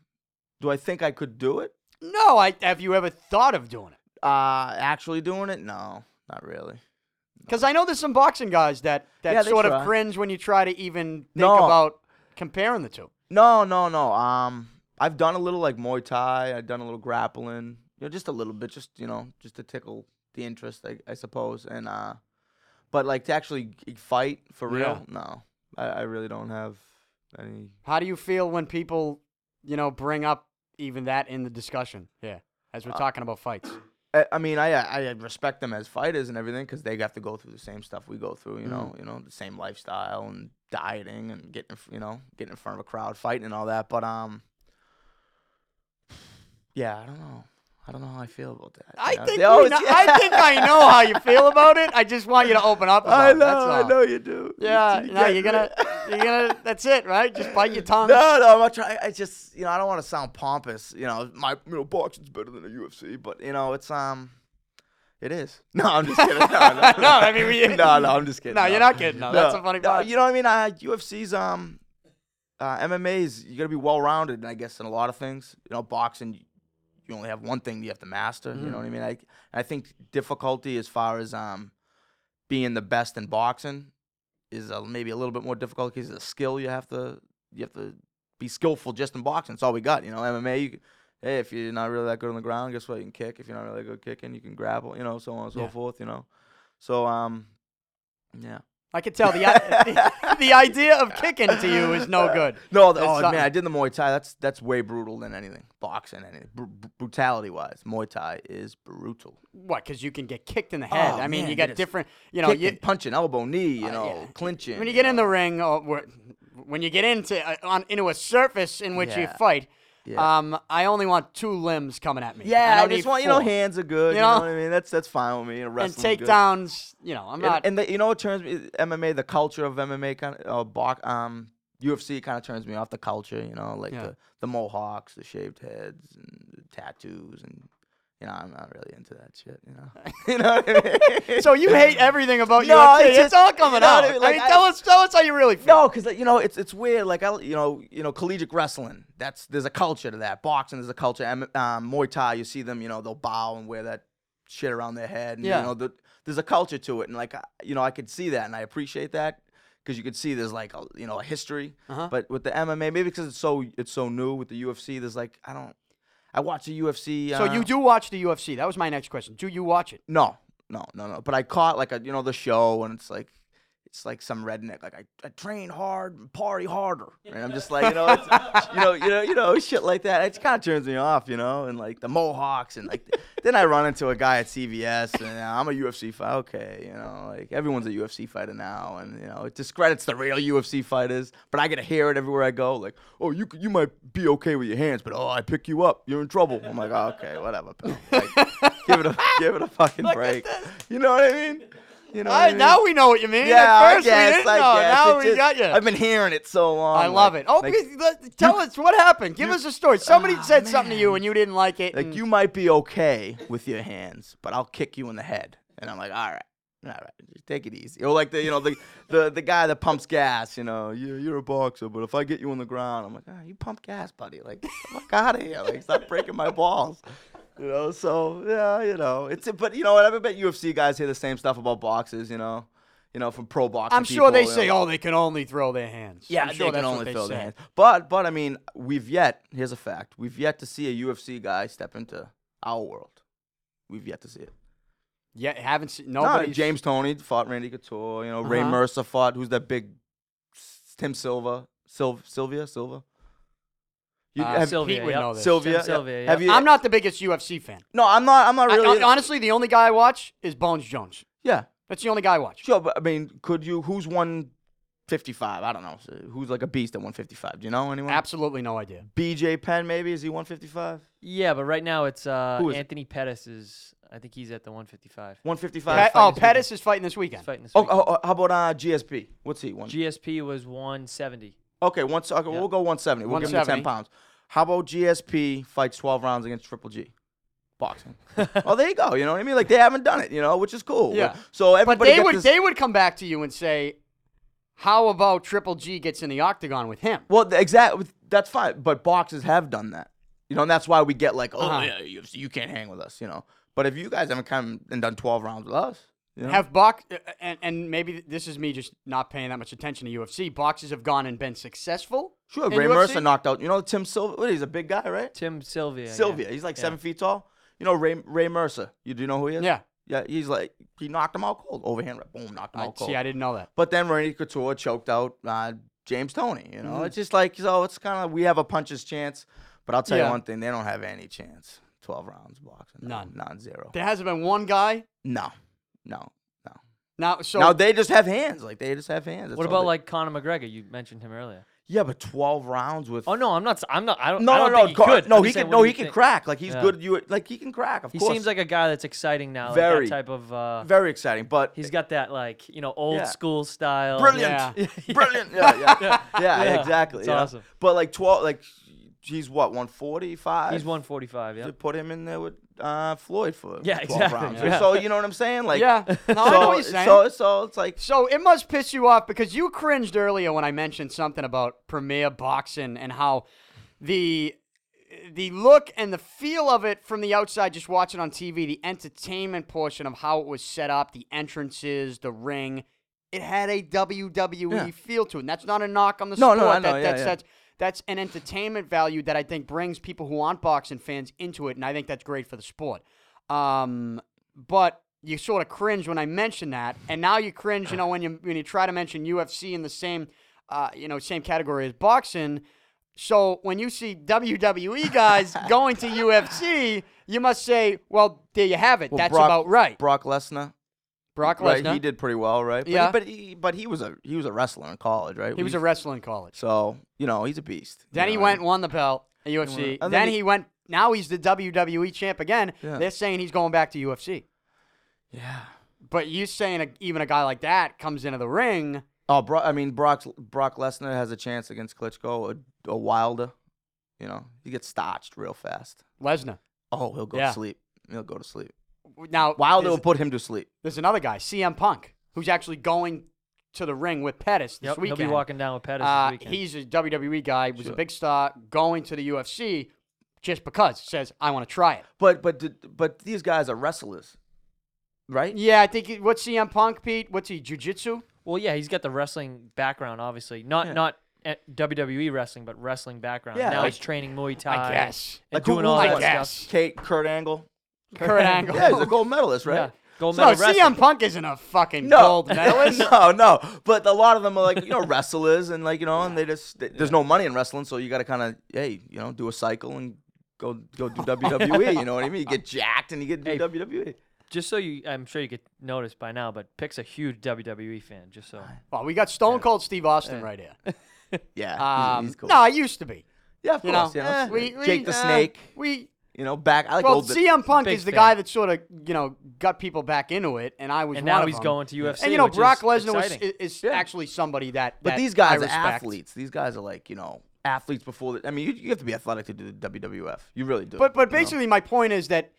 S2: do I think I could do it?
S1: no. I have you ever thought of doing it?
S2: Uh, actually doing it? No, not really.
S1: Because I know there's some boxing guys that that
S2: Yeah, they
S1: sort of
S2: try.
S1: cringe when you try to even think
S2: No.
S1: about comparing the two.
S2: No, no, no. Um, I've done a little like Muay Thai. I've done a little grappling. You know, just a little bit, just you know, just to tickle the interest, I, I suppose. And uh, but like to actually g- fight for real, no, I, I really don't have any.
S1: How do you feel when people, you know, bring up even that in the discussion? Yeah, as we're talking about fights.
S2: I, I mean, I I I respect them as fighters and everything because they have to go through the same stuff we go through. You know,
S1: Mm.
S2: you know, the same lifestyle and dieting and getting you know getting in front of a crowd, fighting and all that. But um, yeah, I don't know. I don't know how I feel about that.
S1: I
S2: you know?
S1: think
S2: They
S1: we
S2: always- [LAUGHS]
S1: know, I think I know how you feel about it. I just want you to open up. About
S2: I
S1: it,
S2: know,
S1: that's all.
S2: I know you do.
S1: Yeah,
S2: You
S1: no,
S2: get
S1: you're gonna,
S2: [LAUGHS] it.
S1: you're gonna. That's it, right? Just bite your tongue.
S2: No, no, I'm not trying. I just, you know, I don't want to sound pompous. You know, my you know, boxing's better than the UFC, but you know, it's um, it is. [LAUGHS] No, I'm just kidding. No, no,
S1: [LAUGHS] No, I mean, we-
S2: [LAUGHS] no, no, I'm just kidding.
S1: No, you're not kidding, no. That's a funny part.
S2: You know what I mean? Uh, UFC's um, uh, MMA's you gotta be well rounded, I guess, in a lot of things. You know, boxing, you only have one thing you have to master. You know
S1: Mm-hmm.
S2: what I mean? I I think difficulty as far as um, being the best in boxing is a, maybe a little bit more difficult because of the skill you have to you have to be skillful just in boxing. It's all we got, you know. MMA, you, c- hey, if you're not really that good on the ground, guess what? You can kick. If you're not really good kicking, you can grapple, you know, so on and so
S1: Yeah.
S2: forth, you know. So um, yeah.
S1: I could tell the,
S2: [LAUGHS]
S1: the the idea of kicking to you is no good.
S2: No, th-
S1: It's
S2: oh
S1: not-
S2: man, I did the Muay Thai. That's that's way brutal than anything. Boxing, anything. Br- br- brutality wise, Muay Thai is brutal.
S1: What? Because you can get kicked in the head.
S2: Oh,
S1: I mean,
S2: man,
S1: you got
S2: it is
S1: different. You know, you, Uh,
S2: Kicking, punching, elbow, knee, you know,
S1: yeah.
S2: clinching.
S1: when you get in the ring or where- when you get into uh, on into a surface in which you
S2: Yeah.
S1: fight,
S2: Yeah.
S1: um, I only want two limbs coming at me.
S2: yeah, I,
S1: don't
S2: just
S1: need
S2: want you know,
S1: four.
S2: hands are good.
S1: You
S2: You know,
S1: know?
S2: what I mean? That's that's fine with me. You know,
S1: and
S2: wrestling's good.
S1: takedowns. You know, I'm not.
S2: And, and the, you know what turns me MMA, the culture of MMA kind of uh, box, um UFC kind of turns me off the culture, you know, like
S1: Yeah.
S2: the, the mohawks, the shaved heads, and the tattoos, and you know, I'm not really into that shit, you know. [LAUGHS] you know what I mean?
S1: [LAUGHS] [LAUGHS] so you hate everything about
S2: No,
S1: UFC.
S2: it's
S1: It's,
S2: just-
S1: all coming
S2: [LAUGHS] you know
S1: out.
S2: what I
S1: I mean,
S2: mean? Like, I-
S1: tell us, tell us how you really feel.
S2: No, because you know it's it's weird. Like I, you know, you know, collegiate wrestling. That's there's a culture to that. Boxing there's a culture. M- Um, Muay Thai, you see them, you know, they'll bow and wear that shit around their head. And,
S1: Yeah.
S2: You know, the, there's a culture to it, and like I- you know, I could see that, and I appreciate that because you could see there's like a, you know a history.
S1: Uh-huh.
S2: But with the MMA, maybe because it's so it's so new with the UFC, there's like I don't. I watch the UFC.
S1: So
S2: uh,
S1: you do watch the UFC. That was my next question. Do you watch it?
S2: no, no, no, no. But I caught like a you know the show, and it's like it's like some redneck like I, I train hard and party harder, and I'm just like you know it's, you know you know you know shit like that. It kind of turns me off, you know, and like the Mohawks, and like [LAUGHS] then I run into a guy at CVS, and uh, I'm a UFC fighter. Okay, you know, like everyone's a UFC fighter now, and you know it discredits the real UFC fighters. But I get to hear it everywhere I go, like oh you c- you might be okay with your hands, but oh I pick you up, you're in trouble. I'm like oh, okay, whatever. pal." Like, give it a give it
S1: [LAUGHS]
S2: a fucking break. You know what I mean? You know. what
S1: I,
S2: I mean?
S1: now we know what you mean.
S2: yeah,
S1: At first
S2: I guess,
S1: we didn't
S2: I
S1: know.
S2: guess.
S1: Now
S2: It
S1: we
S2: just-
S1: got you.
S2: I've been hearing it so long.
S1: I love
S2: like-
S1: it. Oh,
S2: like,
S1: please, let- tell us what happened. Give us a story. Somebody
S2: Ah,
S1: said something to you
S2: man.
S1: and you didn't like it.
S2: like
S1: and-
S2: you might be okay with your hands, but I'll kick you in the head. And I'm like, all right. All right, just take it easy. Or like the you know the the, the guy that pumps gas. You know, you you're a boxer, but if I get you on the ground, I'm like, ah, you pump gas, buddy. Like, get the fuck out of here. Like, stop breaking my balls. You know. So yeah, you know. It's but you know what? I bet UFC guys hear the same stuff about boxers. You know, you know from pro boxing.
S1: I'm sure they
S2: people, you know.
S1: say, oh, they can only throw their hands.
S2: Yeah,
S1: I'm
S2: they
S1: sure
S2: can
S1: that's what
S2: only
S1: they
S2: throw their
S1: say.
S2: hands. But but I mean, we've yet here's a fact: we've yet to see a UFC guy step into our world. We've yet to see it.
S1: Yeah, haven't seen
S2: No,
S1: nobody.
S2: James Tony fought Randy Couture. You know, Ray
S1: Uh-huh.
S2: Mercer fought who's that big S- Tim Silva, Sil- Sylvia Silva. You,
S1: Uh,
S2: have-
S1: Sil- Pete
S3: Sylvia,
S1: would
S3: yep.
S1: know this.
S2: Sylvia,
S3: Tim Sylvia,
S2: Have
S3: yeah.
S2: you?
S1: I'm not the biggest UFC fan.
S2: No, I'm not. I'm not
S1: I-
S2: really.
S1: I- honestly, the only guy I watch is Bones Jones.
S2: yeah,
S1: That's the only guy I watch.
S2: sure. But I mean, could you? Who's one fifty-five? I don't know. So Who's like a beast at one fifty-five? Do you know anyone?
S1: Absolutely no idea.
S2: BJ Penn, maybe is he one fifty-five?
S3: Yeah, but right now it's uh,
S2: Who is it?
S3: Anthony Pettis is. I think he's at the 155.
S2: One
S1: Pe-
S2: fifty-five.
S1: oh,
S3: this weekend.
S1: Pettis is fighting this
S3: He's
S1: weekend.
S3: fighting this
S2: Oh,
S3: week.
S2: oh, oh, how about uh, GSP? What's he? One.
S3: GSP was 170.
S2: okay, one. Okay,
S3: Yeah.
S2: we'll go 170. We'll give him the
S1: 170.
S2: 10 pounds. How about GSP fights 12 rounds against Triple G?
S1: [LAUGHS]
S2: boxing. well, there you go. You know what I mean? Like they haven't done it, you know, which is cool.
S1: Yeah.
S2: So
S1: But
S2: everybody
S1: they
S2: gets
S1: would
S2: this-
S1: they would come back to you and say, "How about Triple G gets in the octagon with him?"
S2: Well, exactly. That's fine. But boxers have done that. You know, and that's why we get like, oh,
S1: Uh-huh.
S2: yeah, you, you can't hang with us, you know. But if you guys haven't come and done 12 rounds with us, you know.
S1: Have box uh, and and maybe this is me just not paying that much attention to UFC. Boxers have gone and been successful.
S2: sure,
S1: in
S2: Ray
S1: UFC?
S2: Mercer knocked out, you know, Tim Silva. What, he's a big guy, right?
S3: Tim Sylvia. yeah.
S2: Sylvia. He's like
S3: Yeah.
S2: seven feet tall. You know, Ray, Ray Mercer. You do you know who he is?
S1: Yeah.
S2: Yeah, he's like, he knocked him out cold. Overhand, right, boom, knocked him
S1: I,
S2: out cold.
S1: see, I didn't know that.
S2: But then Randy Couture choked out uh, James Tony. You
S3: Mm-hmm.
S2: know, it's just like so. It's kind of we have a puncher's chance, but I'll tell
S1: Yeah.
S2: you one thing: they don't have any chance. Twelve rounds boxing, no,
S1: None.
S2: non-zero.
S1: There hasn't been one guy
S2: no, no, no.
S1: now. So
S2: now they just have hands. Like they just have hands. That's
S3: What
S2: all
S3: about
S2: they-
S3: like Conor McGregor? You mentioned him earlier.
S2: Yeah, but twelve rounds with.
S3: Oh no, I'm not. s- I'm not. I don't.
S2: no,
S3: I
S2: no,
S3: don't
S2: no,
S3: Think
S2: Gar-
S3: he could.
S2: no.
S3: I'm
S2: He
S3: just saying,
S2: can,
S3: what
S2: no,
S3: do
S2: he
S3: you
S2: can
S3: think?
S2: crack. Like he's
S3: Yeah.
S2: good. at You like he can crack. Of
S3: He
S2: course,
S3: seems like a guy that's exciting now.
S2: Very.
S3: Like that type of. Uh,
S2: very exciting, but
S3: he's got that like you know old
S2: Yeah.
S3: school style.
S1: Oh, [LAUGHS]
S2: brilliant,
S3: Yeah.
S2: brilliant. [LAUGHS] Yeah, yeah, yeah,
S3: Yeah.
S2: exactly.
S3: It's
S2: yeah.
S3: awesome.
S2: But like twelve, like he's what one forty five.
S3: He's 145. Yeah.
S2: to put him in there with uh, Floyd for
S3: Yeah,
S2: 12
S3: exactly,
S2: rounds.
S3: yeah.
S2: So you know what I'm saying? Like [LAUGHS]
S1: yeah, no, I know what you're
S2: so,
S1: saying.
S2: so so it's like
S1: So it must piss you off because you cringed earlier when I mentioned something about Premier Boxing and how the the look and the feel of it from the outside, just watching on TV, the entertainment portion of how it was set up, the entrances, the ring, it had a WWE
S2: Yeah.
S1: feel to it. And that's not a knock on the
S2: No,
S1: sport.
S2: no, I know,
S1: That-
S2: yeah,
S1: that's,
S2: yeah.
S1: that's that's an entertainment value that I think brings people who aren't boxing fans into it, and I think that's great for the sport. Um, but you sort of cringe when I mention that, and now you cringe, you know, when you when you try to mention UFC in the same, uh, you know, same category as boxing. So when you see WWE guys going to UFC, you must say, "Well, there you have it.
S2: well,
S1: That's
S2: Brock-
S1: about right."
S2: Brock Lesnar.
S1: Brock Lesnar.
S2: Right, he did pretty well, right? But
S1: Yeah.
S2: He, but he but he was a he was a wrestler in college, right?
S1: He was
S2: We-
S1: a wrestler in college.
S2: so you know he's a beast. you
S1: Then he
S2: know what I
S1: went and won the belt at UFC.
S2: And then
S1: then
S2: he-
S1: he went. Now he's the WWE champ again.
S2: Yeah.
S1: They're saying he's going back to UFC.
S2: mean? Yeah.
S1: But you saying a, even a guy like that comes into the ring,
S2: Oh, Brock. I mean, Brock Brock Lesnar has a chance against Klitschko or, or Wilder. You know, he gets starched real fast.
S1: Lesnar.
S2: Oh, he'll go
S1: Yeah.
S2: to sleep. He'll go to sleep.
S1: Now
S2: Wilder
S1: there's,
S2: will put him to sleep.
S1: there's another guy, CM Punk, who's actually going to the ring with Pettis this
S3: Yep,
S1: weekend.
S3: He'll be walking down with Pettis
S1: Uh,
S3: this weekend.
S1: he's a WWE guy, was a
S2: Sure.
S1: big star, going to the UFC just because. Says I want to try it.
S2: But but did- but these guys are wrestlers, right?
S1: Yeah, I think he- what's CM Punk, Pete? What's he? Jiu-Jitsu?
S3: Well, yeah, he's got the wrestling background, obviously. Not
S2: Yeah.
S3: not eh, at WWE E wrestling, but wrestling background.
S2: Yeah,
S3: now
S2: like-
S3: he's training Muay Thai. [LAUGHS]
S1: guess.
S3: And
S2: Like who-
S3: doing
S2: who
S3: all
S2: was
S3: that
S1: I guess.
S3: stuff.
S2: Kate Kurt Angle.
S1: Kurt Angle.
S2: Yeah, he's a gold medalist, right?
S3: Yeah.
S1: [LAUGHS]
S3: Gold
S1: No,
S3: medal wrestling.
S1: CM Punk isn't a fucking
S2: No, [LAUGHS]
S1: gold medalist.
S2: no, no. But a lot of them are like you know wrestlers, and like you know, and they just they, there's no money in wrestling, so you got to kind of hey, you know, do a cycle and go go do WWE. you know what I mean? You get jacked and you get do E.
S3: Hey.
S2: WWE.
S3: Just so you, I'm sure you could notice by now, but Pick's a huge WWE fan. Just so.
S1: Well, we got Stone Cold Steve Austin right
S3: [LAUGHS]
S1: here.
S2: Yeah, he's-
S1: Um,
S2: he's cool.
S1: No, I used to be.
S2: yeah, of
S1: You know,
S2: course. you know,
S1: eh, we, we,
S2: Jake the
S1: uh,
S2: Snake.
S1: We
S2: You know, back. I like
S1: well,
S2: old. bit-
S1: CM Punk
S3: big
S1: is the
S3: fan.
S1: guy that sort of you know got people back into it, and I was
S3: And
S1: one
S3: now
S1: of
S3: he's
S1: them.
S3: going to UFC.
S1: And you know,
S3: which
S1: Brock
S3: is
S1: Lesnar was,
S3: exciting.
S1: is, is actually somebody that.
S2: but
S1: that
S2: these
S1: I
S2: guys are
S1: respect.
S2: athletes. These guys are like you know athletes before. The, I mean, you, you have to be athletic to do the WWF. You really do.
S1: But but
S2: you know?
S1: basically, my point is that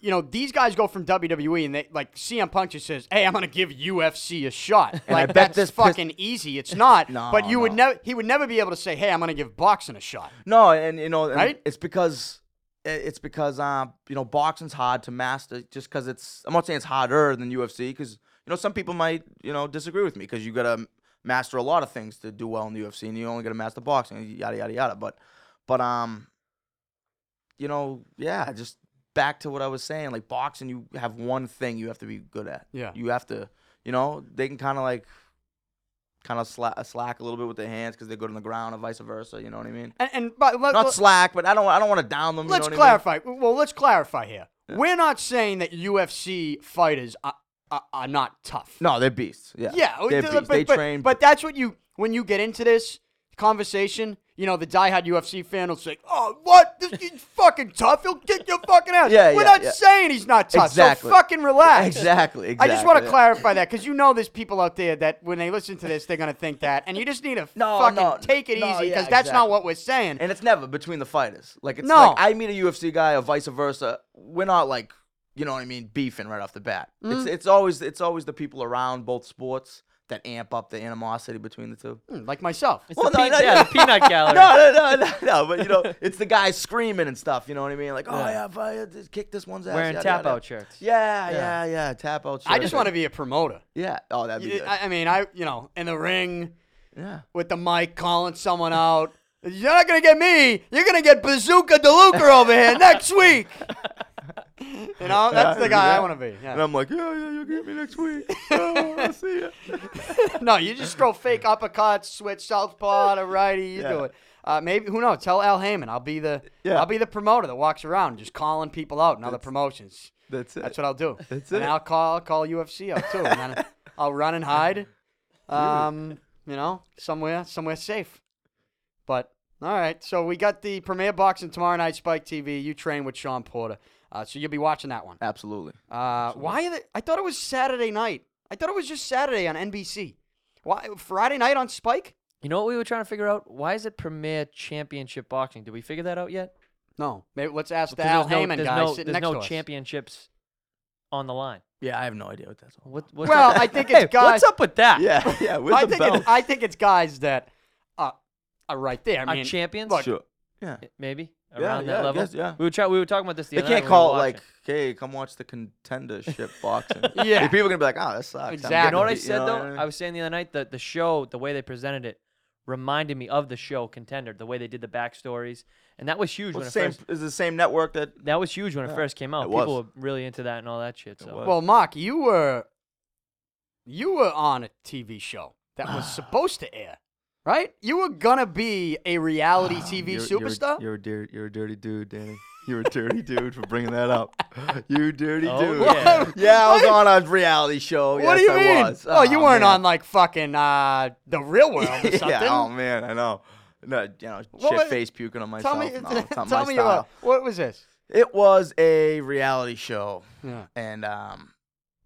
S1: you know these guys go from WWE and they like CM Punk just says, "Hey, I'm gonna give UFC a shot."
S2: And I
S1: like
S2: bet
S1: that's
S2: this piss-
S1: fucking easy. It's not.
S2: No,
S1: but you would
S2: no.
S1: never. He would never be able to say, "Hey, I'm gonna give boxing a shot."
S2: No, and you know, and
S1: Right?
S2: it's because i- it's because um, you know, boxing's hard to master just because it's. I'm not saying it's harder than UFC because you know some people might you know disagree with me because you gotta master a lot of things to do well in the UFC, and you only gotta master boxing, yada yada yada. But but um, you know, yeah, just back to what I was saying, like boxing, you have one thing you have to be good at.
S1: Yeah.
S2: you have to, you know, they can kind of like. Kind of slack, slack a little bit with their hands because they're good on the ground, or vice versa. You know what I mean?
S1: And and but let,
S2: not
S1: let,
S2: slack, but I don't I don't want to down them. you
S1: let's
S2: know what I mean?
S1: clarify. Well, let's clarify here. We're not saying that UFC fighters are, are, are uh, not tough.
S2: No, they're beasts. Yeah,
S1: Yeah, th-
S2: they're beasts.
S1: But,
S2: they
S1: but-
S2: train.
S1: but that's what you when you get into this conversation, you know, the diehard UFC fan will say, "Oh, what? This, he's fucking tough. He'll kick your fucking ass."
S2: Yeah,
S1: We're
S2: yeah,
S1: not
S2: yeah.
S1: saying he's not tough.
S2: Exactly.
S1: So fucking relax.
S2: Exactly.
S1: I
S2: Exactly.
S1: just want to
S2: yeah.
S1: clarify that because you know there's people out there that when they listen to this, they're going to think that. And you just need to
S2: [LAUGHS] No,
S1: fucking
S2: no,
S1: take it
S2: no,
S1: easy
S2: yeah,
S1: because that's not
S2: exactly.
S1: what we're saying.
S2: And it's never between the fighters. Like it's
S1: No.
S2: like I meet a UFC guy or vice versa. We're not like you know what I mean, beefing right off the bat. It's it's always it's always the people around both sports that amp up the animosity between the two.
S1: Hmm, like myself.
S3: It's
S2: Well,
S3: the,
S2: no,
S3: pe-
S2: no,
S3: yeah,
S2: yeah.
S3: the peanut
S2: [LAUGHS]
S3: gallery.
S2: No, no, no, no, no. But you know, [LAUGHS] it's the guys screaming and stuff. You know what I mean? Like, oh yeah, if I just kick this one's ass.
S3: Wearing
S2: yada,
S3: tap
S2: yada.
S3: out shirts.
S2: Yeah,
S3: Yeah.
S2: yeah, yeah, Tap out.
S1: I just
S2: shirts.
S1: want to be a promoter.
S2: Yeah. Oh, that'd be
S1: Y-
S2: good.
S1: I, I mean, I you know, in the ring
S2: yeah.
S1: with the mic, calling someone out. You're not gonna get me. You're gonna get Bazooka DeLuca over here
S2: [LAUGHS]
S1: next week. You know, that's the guy I
S2: Yeah.
S1: want to be.
S2: And
S1: Yeah.
S2: I'm like, yeah, yeah, you'll get me next [LAUGHS] week. Oh, I'll see you.
S1: [LAUGHS]
S2: [LAUGHS]
S1: No, you just throw fake uppercuts, switch southpaw to righty. You do
S2: Yeah.
S1: it. Uh, maybe who knows? Tell Al Heyman I'll be the
S2: Yeah.
S1: I'll be the promoter that walks around just calling people out in other promotions.
S2: That's it.
S1: That's what I'll do.
S2: That's
S1: and
S2: it.
S1: I'll call I'll call UFC out too. And
S2: [LAUGHS]
S1: then I'll run and hide. Um, you know, somewhere somewhere safe. But all right, so we got the premiere boxing tomorrow night, Spike TV. You train with Sean Porter, uh, so you'll be watching that one.
S2: Absolutely.
S1: Uh, why? Are they, I thought it was Saturday night. I thought it was just Saturday on NBC. Why Friday night on Spike?
S3: You know what we were trying to figure out? Why is it Premier Championship Boxing? Did we figure that out yet?
S1: No, maybe let's ask the
S3: Because
S1: Al
S3: there's no-
S1: Heyman
S3: there's
S1: guy
S3: no,
S1: sitting
S3: there's
S1: next
S3: no
S1: to us.
S3: championships on the line.
S2: Yeah, I have no idea what that's all.
S3: What,
S2: [LAUGHS]
S3: what's
S1: Well,
S3: up-
S1: I
S3: [LAUGHS]
S1: think it's
S3: hey,
S1: guys-
S3: What's up with that?
S2: Yeah, yeah, with
S1: I
S2: the
S1: think
S2: belt. [LAUGHS]
S1: it's, I think it's guys that are, are right there. I
S3: Are
S1: mean,
S3: champions?
S1: look,
S2: sure. Yeah.
S3: I- Maybe
S2: Yeah,
S3: around
S2: yeah,
S3: that
S2: I
S3: level.
S2: guess, yeah.
S3: We were try- we were talking about this the
S2: They
S3: other night
S2: can't
S3: when we were
S2: call it like,
S3: watching.
S2: "Hey, come watch the [LAUGHS] contendership boxing."
S1: Yeah.
S2: And people are gonna be like, "Oh, that sucks." I'm
S1: Exactly.
S2: getting
S3: You know what I
S2: beat,"
S3: said
S2: know
S3: though?
S2: what I mean?
S3: I was saying the other night that the show, the way they presented it, reminded me of the show Contender, the way they did the backstories, and that was huge
S2: Well,
S3: when it
S2: same
S3: first.
S2: is the same network that
S3: That was huge when it first came out.
S2: it
S3: People
S2: was.
S3: were really into that and all that shit. So
S2: was.
S1: Well, Mark, you were you were on a TV show that
S2: [SIGHS]
S1: was supposed to air, right? You were gonna be a
S2: [SIGHS]
S1: reality TV superstar.
S2: Ah, You're, a dir- you're a dirty dude, Danny. You're a dirty dude for bringing that
S1: [LAUGHS]
S2: up. You dirty
S3: Oh,
S2: dude.
S3: yeah.
S2: Yeah, I was
S1: What?
S2: on a reality show.
S1: what
S2: yes,
S1: do you
S2: I
S1: mean?
S2: was.
S1: Oh, you weren't
S2: man.
S1: on like fucking uh, the Real World or something.
S2: [LAUGHS] yeah. Oh man, I know. No, you know,
S1: What was-
S2: shit face puking on
S1: tell
S2: myself.
S1: [LAUGHS] me,
S2: No, it's not
S1: tell
S2: my
S1: me
S2: style.
S1: about what was this?
S2: It was a reality show,
S1: Yeah.
S2: and um,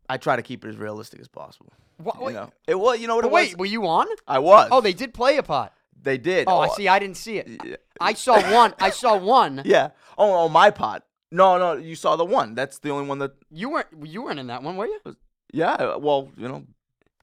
S2: I try to keep it as realistic as possible.
S1: What,
S2: You
S1: Oh, wait,
S2: know, it was. You know what
S1: but
S2: it was?
S1: wait, were you on?
S2: I was.
S1: Oh, they did play a
S2: [LAUGHS]
S1: part.
S2: they did.
S1: Oh, I see. I didn't see it.
S2: Yeah.
S1: I saw one. I
S2: [LAUGHS]
S1: saw one.
S2: Yeah. Oh, on my pot. No, no, you saw the one. That's the only one that.
S1: You weren't. You weren't in that one, were you?
S2: Yeah. Well, you know.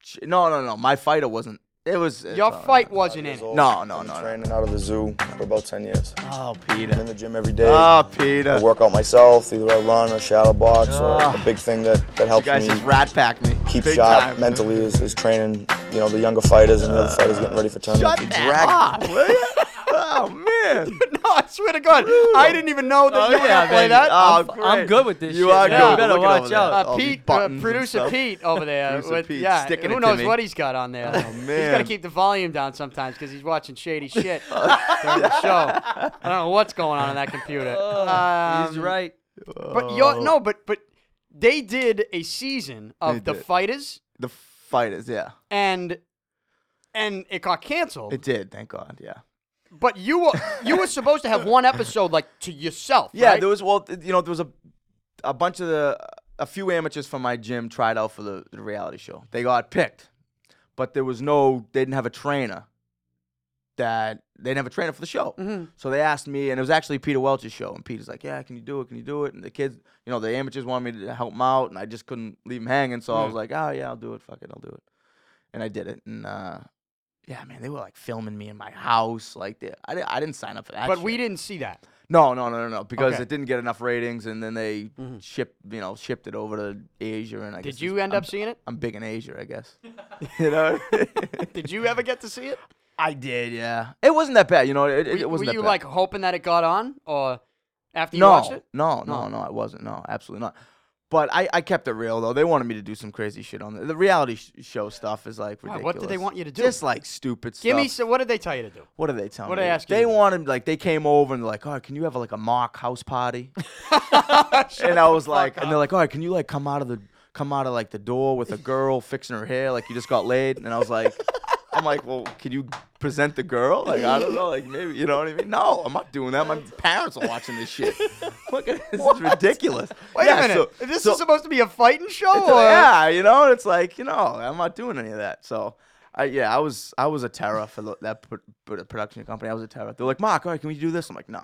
S2: sh- No, no, no. My fighter wasn't. It was. it's
S1: Your
S2: all right.
S1: fight wasn't in it.
S2: No, no,
S4: I've been
S2: no, no.
S4: Training out of the zoo for about 10 years.
S2: Oh,
S4: I'm
S2: Peter.
S4: in the gym every day.
S2: Oh,
S4: I
S2: Peter.
S4: work out myself, either I run or shadow box,
S2: Ah.
S4: or a big thing that, that
S2: You
S4: helps
S2: guys
S4: me
S2: just rat packed me.
S4: keep
S2: Big
S4: sharp
S2: time.
S4: mentally is, is training, you know, the younger fighters and the other fighters getting ready for
S2: Shut
S4: tournaments.
S2: that off, will you? Oh man.
S1: [LAUGHS] No, I swear to God, I didn't even know that
S2: Oh,
S1: you were
S2: yeah,
S1: gonna play
S2: baby.
S1: that.
S2: Oh,
S3: I'm- I'm
S2: great.
S3: good with this
S2: You
S3: shit,
S2: are
S1: man.
S2: good.
S1: You
S3: better
S2: Look at
S3: watch
S2: over there.
S3: out.
S1: uh,
S2: All these
S1: Pete, uh,
S2: buttons and
S1: producer
S2: stuff.
S1: Pete over there.
S2: Producer
S1: with,
S2: Pete
S1: yeah,
S2: sticking
S1: who
S2: it to
S1: knows
S2: me.
S1: what he's got on there.
S2: Oh,
S1: [LAUGHS] He's got to
S2: man.
S1: keep the volume down sometimes because he's watching
S2: [LAUGHS]
S1: shady shit
S2: Oh,
S1: during the show. I don't know what's going on in that computer.
S2: Oh,
S1: Um,
S3: he's right.
S1: But your, no, but but they did a season of the
S2: They did.
S1: fighters,
S2: The fighters, yeah.
S1: and and it got canceled.
S2: It did, thank God, yeah.
S1: but you were you were supposed to have one episode like to yourself.
S2: Yeah,
S1: right?
S2: there was well, th- you know, there was a a bunch of the a few amateurs from my gym tried out for the, the reality show. They got picked, but there was no, they didn't have a trainer. That they didn't have a trainer for the show,
S1: Mm-hmm.
S2: so they asked me, and it was actually Peter Welch's show. And Peter's like, "Yeah, can you do it? Can you do it?" And the kids, you know, the amateurs wanted me to help them out, and I just couldn't leave them hanging. So I
S1: Mm-hmm.
S2: was like, "Oh yeah, I'll do it. Fuck it, I'll do it." And I did it, and uh, yeah, man, they were like filming me in my house, like they, I, di- I didn't sign up for that.
S1: but
S2: shit.
S1: we didn't see that.
S2: No, no, no, no, no. Because
S1: Okay.
S2: it didn't get enough ratings, and then they shipped, you know, shipped it over to Asia. And I guess
S1: Did
S2: it's-
S1: you end
S2: I'm,
S1: up seeing it?
S2: I'm big in Asia,
S1: [LAUGHS]
S2: I guess. [LAUGHS] you know,
S1: Did you ever get to see it?
S2: [LAUGHS] I did. Yeah, it wasn't that bad. You know, it, it,
S1: Were-
S2: it
S1: were
S2: wasn't
S1: you
S2: that bad.
S1: like hoping that it got on, or after you
S2: no,
S1: watched it?
S2: no, no, no, it wasn't. No, absolutely not. But I, I kept it real though. They wanted me to do some crazy shit on the, the reality sh- show stuff. Is like
S1: Why,
S2: ridiculous.
S1: what did they want you to do?
S2: Just like stupid stuff.
S1: Give me so. What did they tell you to do?
S2: What did they tell
S1: What
S2: me?
S1: did I ask you
S2: they
S1: to do?
S2: wanted like they came over and like, oh, can you have like a mock
S1: [LAUGHS]
S2: house party? and I was like, and they're like, all right, can you like come out of the come out of like the door with a girl fixing her hair like you just got laid? And I was like, I'm like, well, can you present the girl? Like, I don't know. Like, maybe you know what I mean? No, I'm not doing that. My parents are watching
S1: [LAUGHS]
S2: this shit. Look at this. It's ridiculous.
S1: Wait
S2: Yeah,
S1: a minute.
S2: so-
S1: this
S2: so-
S1: is supposed to be a fighting
S2: [LAUGHS]
S1: show?
S2: so,
S1: Or?
S2: yeah, you know, it's like you know, I'm not doing any of that. So, I yeah, I was I was a terror for the- that pr- pr- production company. I was a terror. They're like, Mark, all right, can we do this? I'm like, no.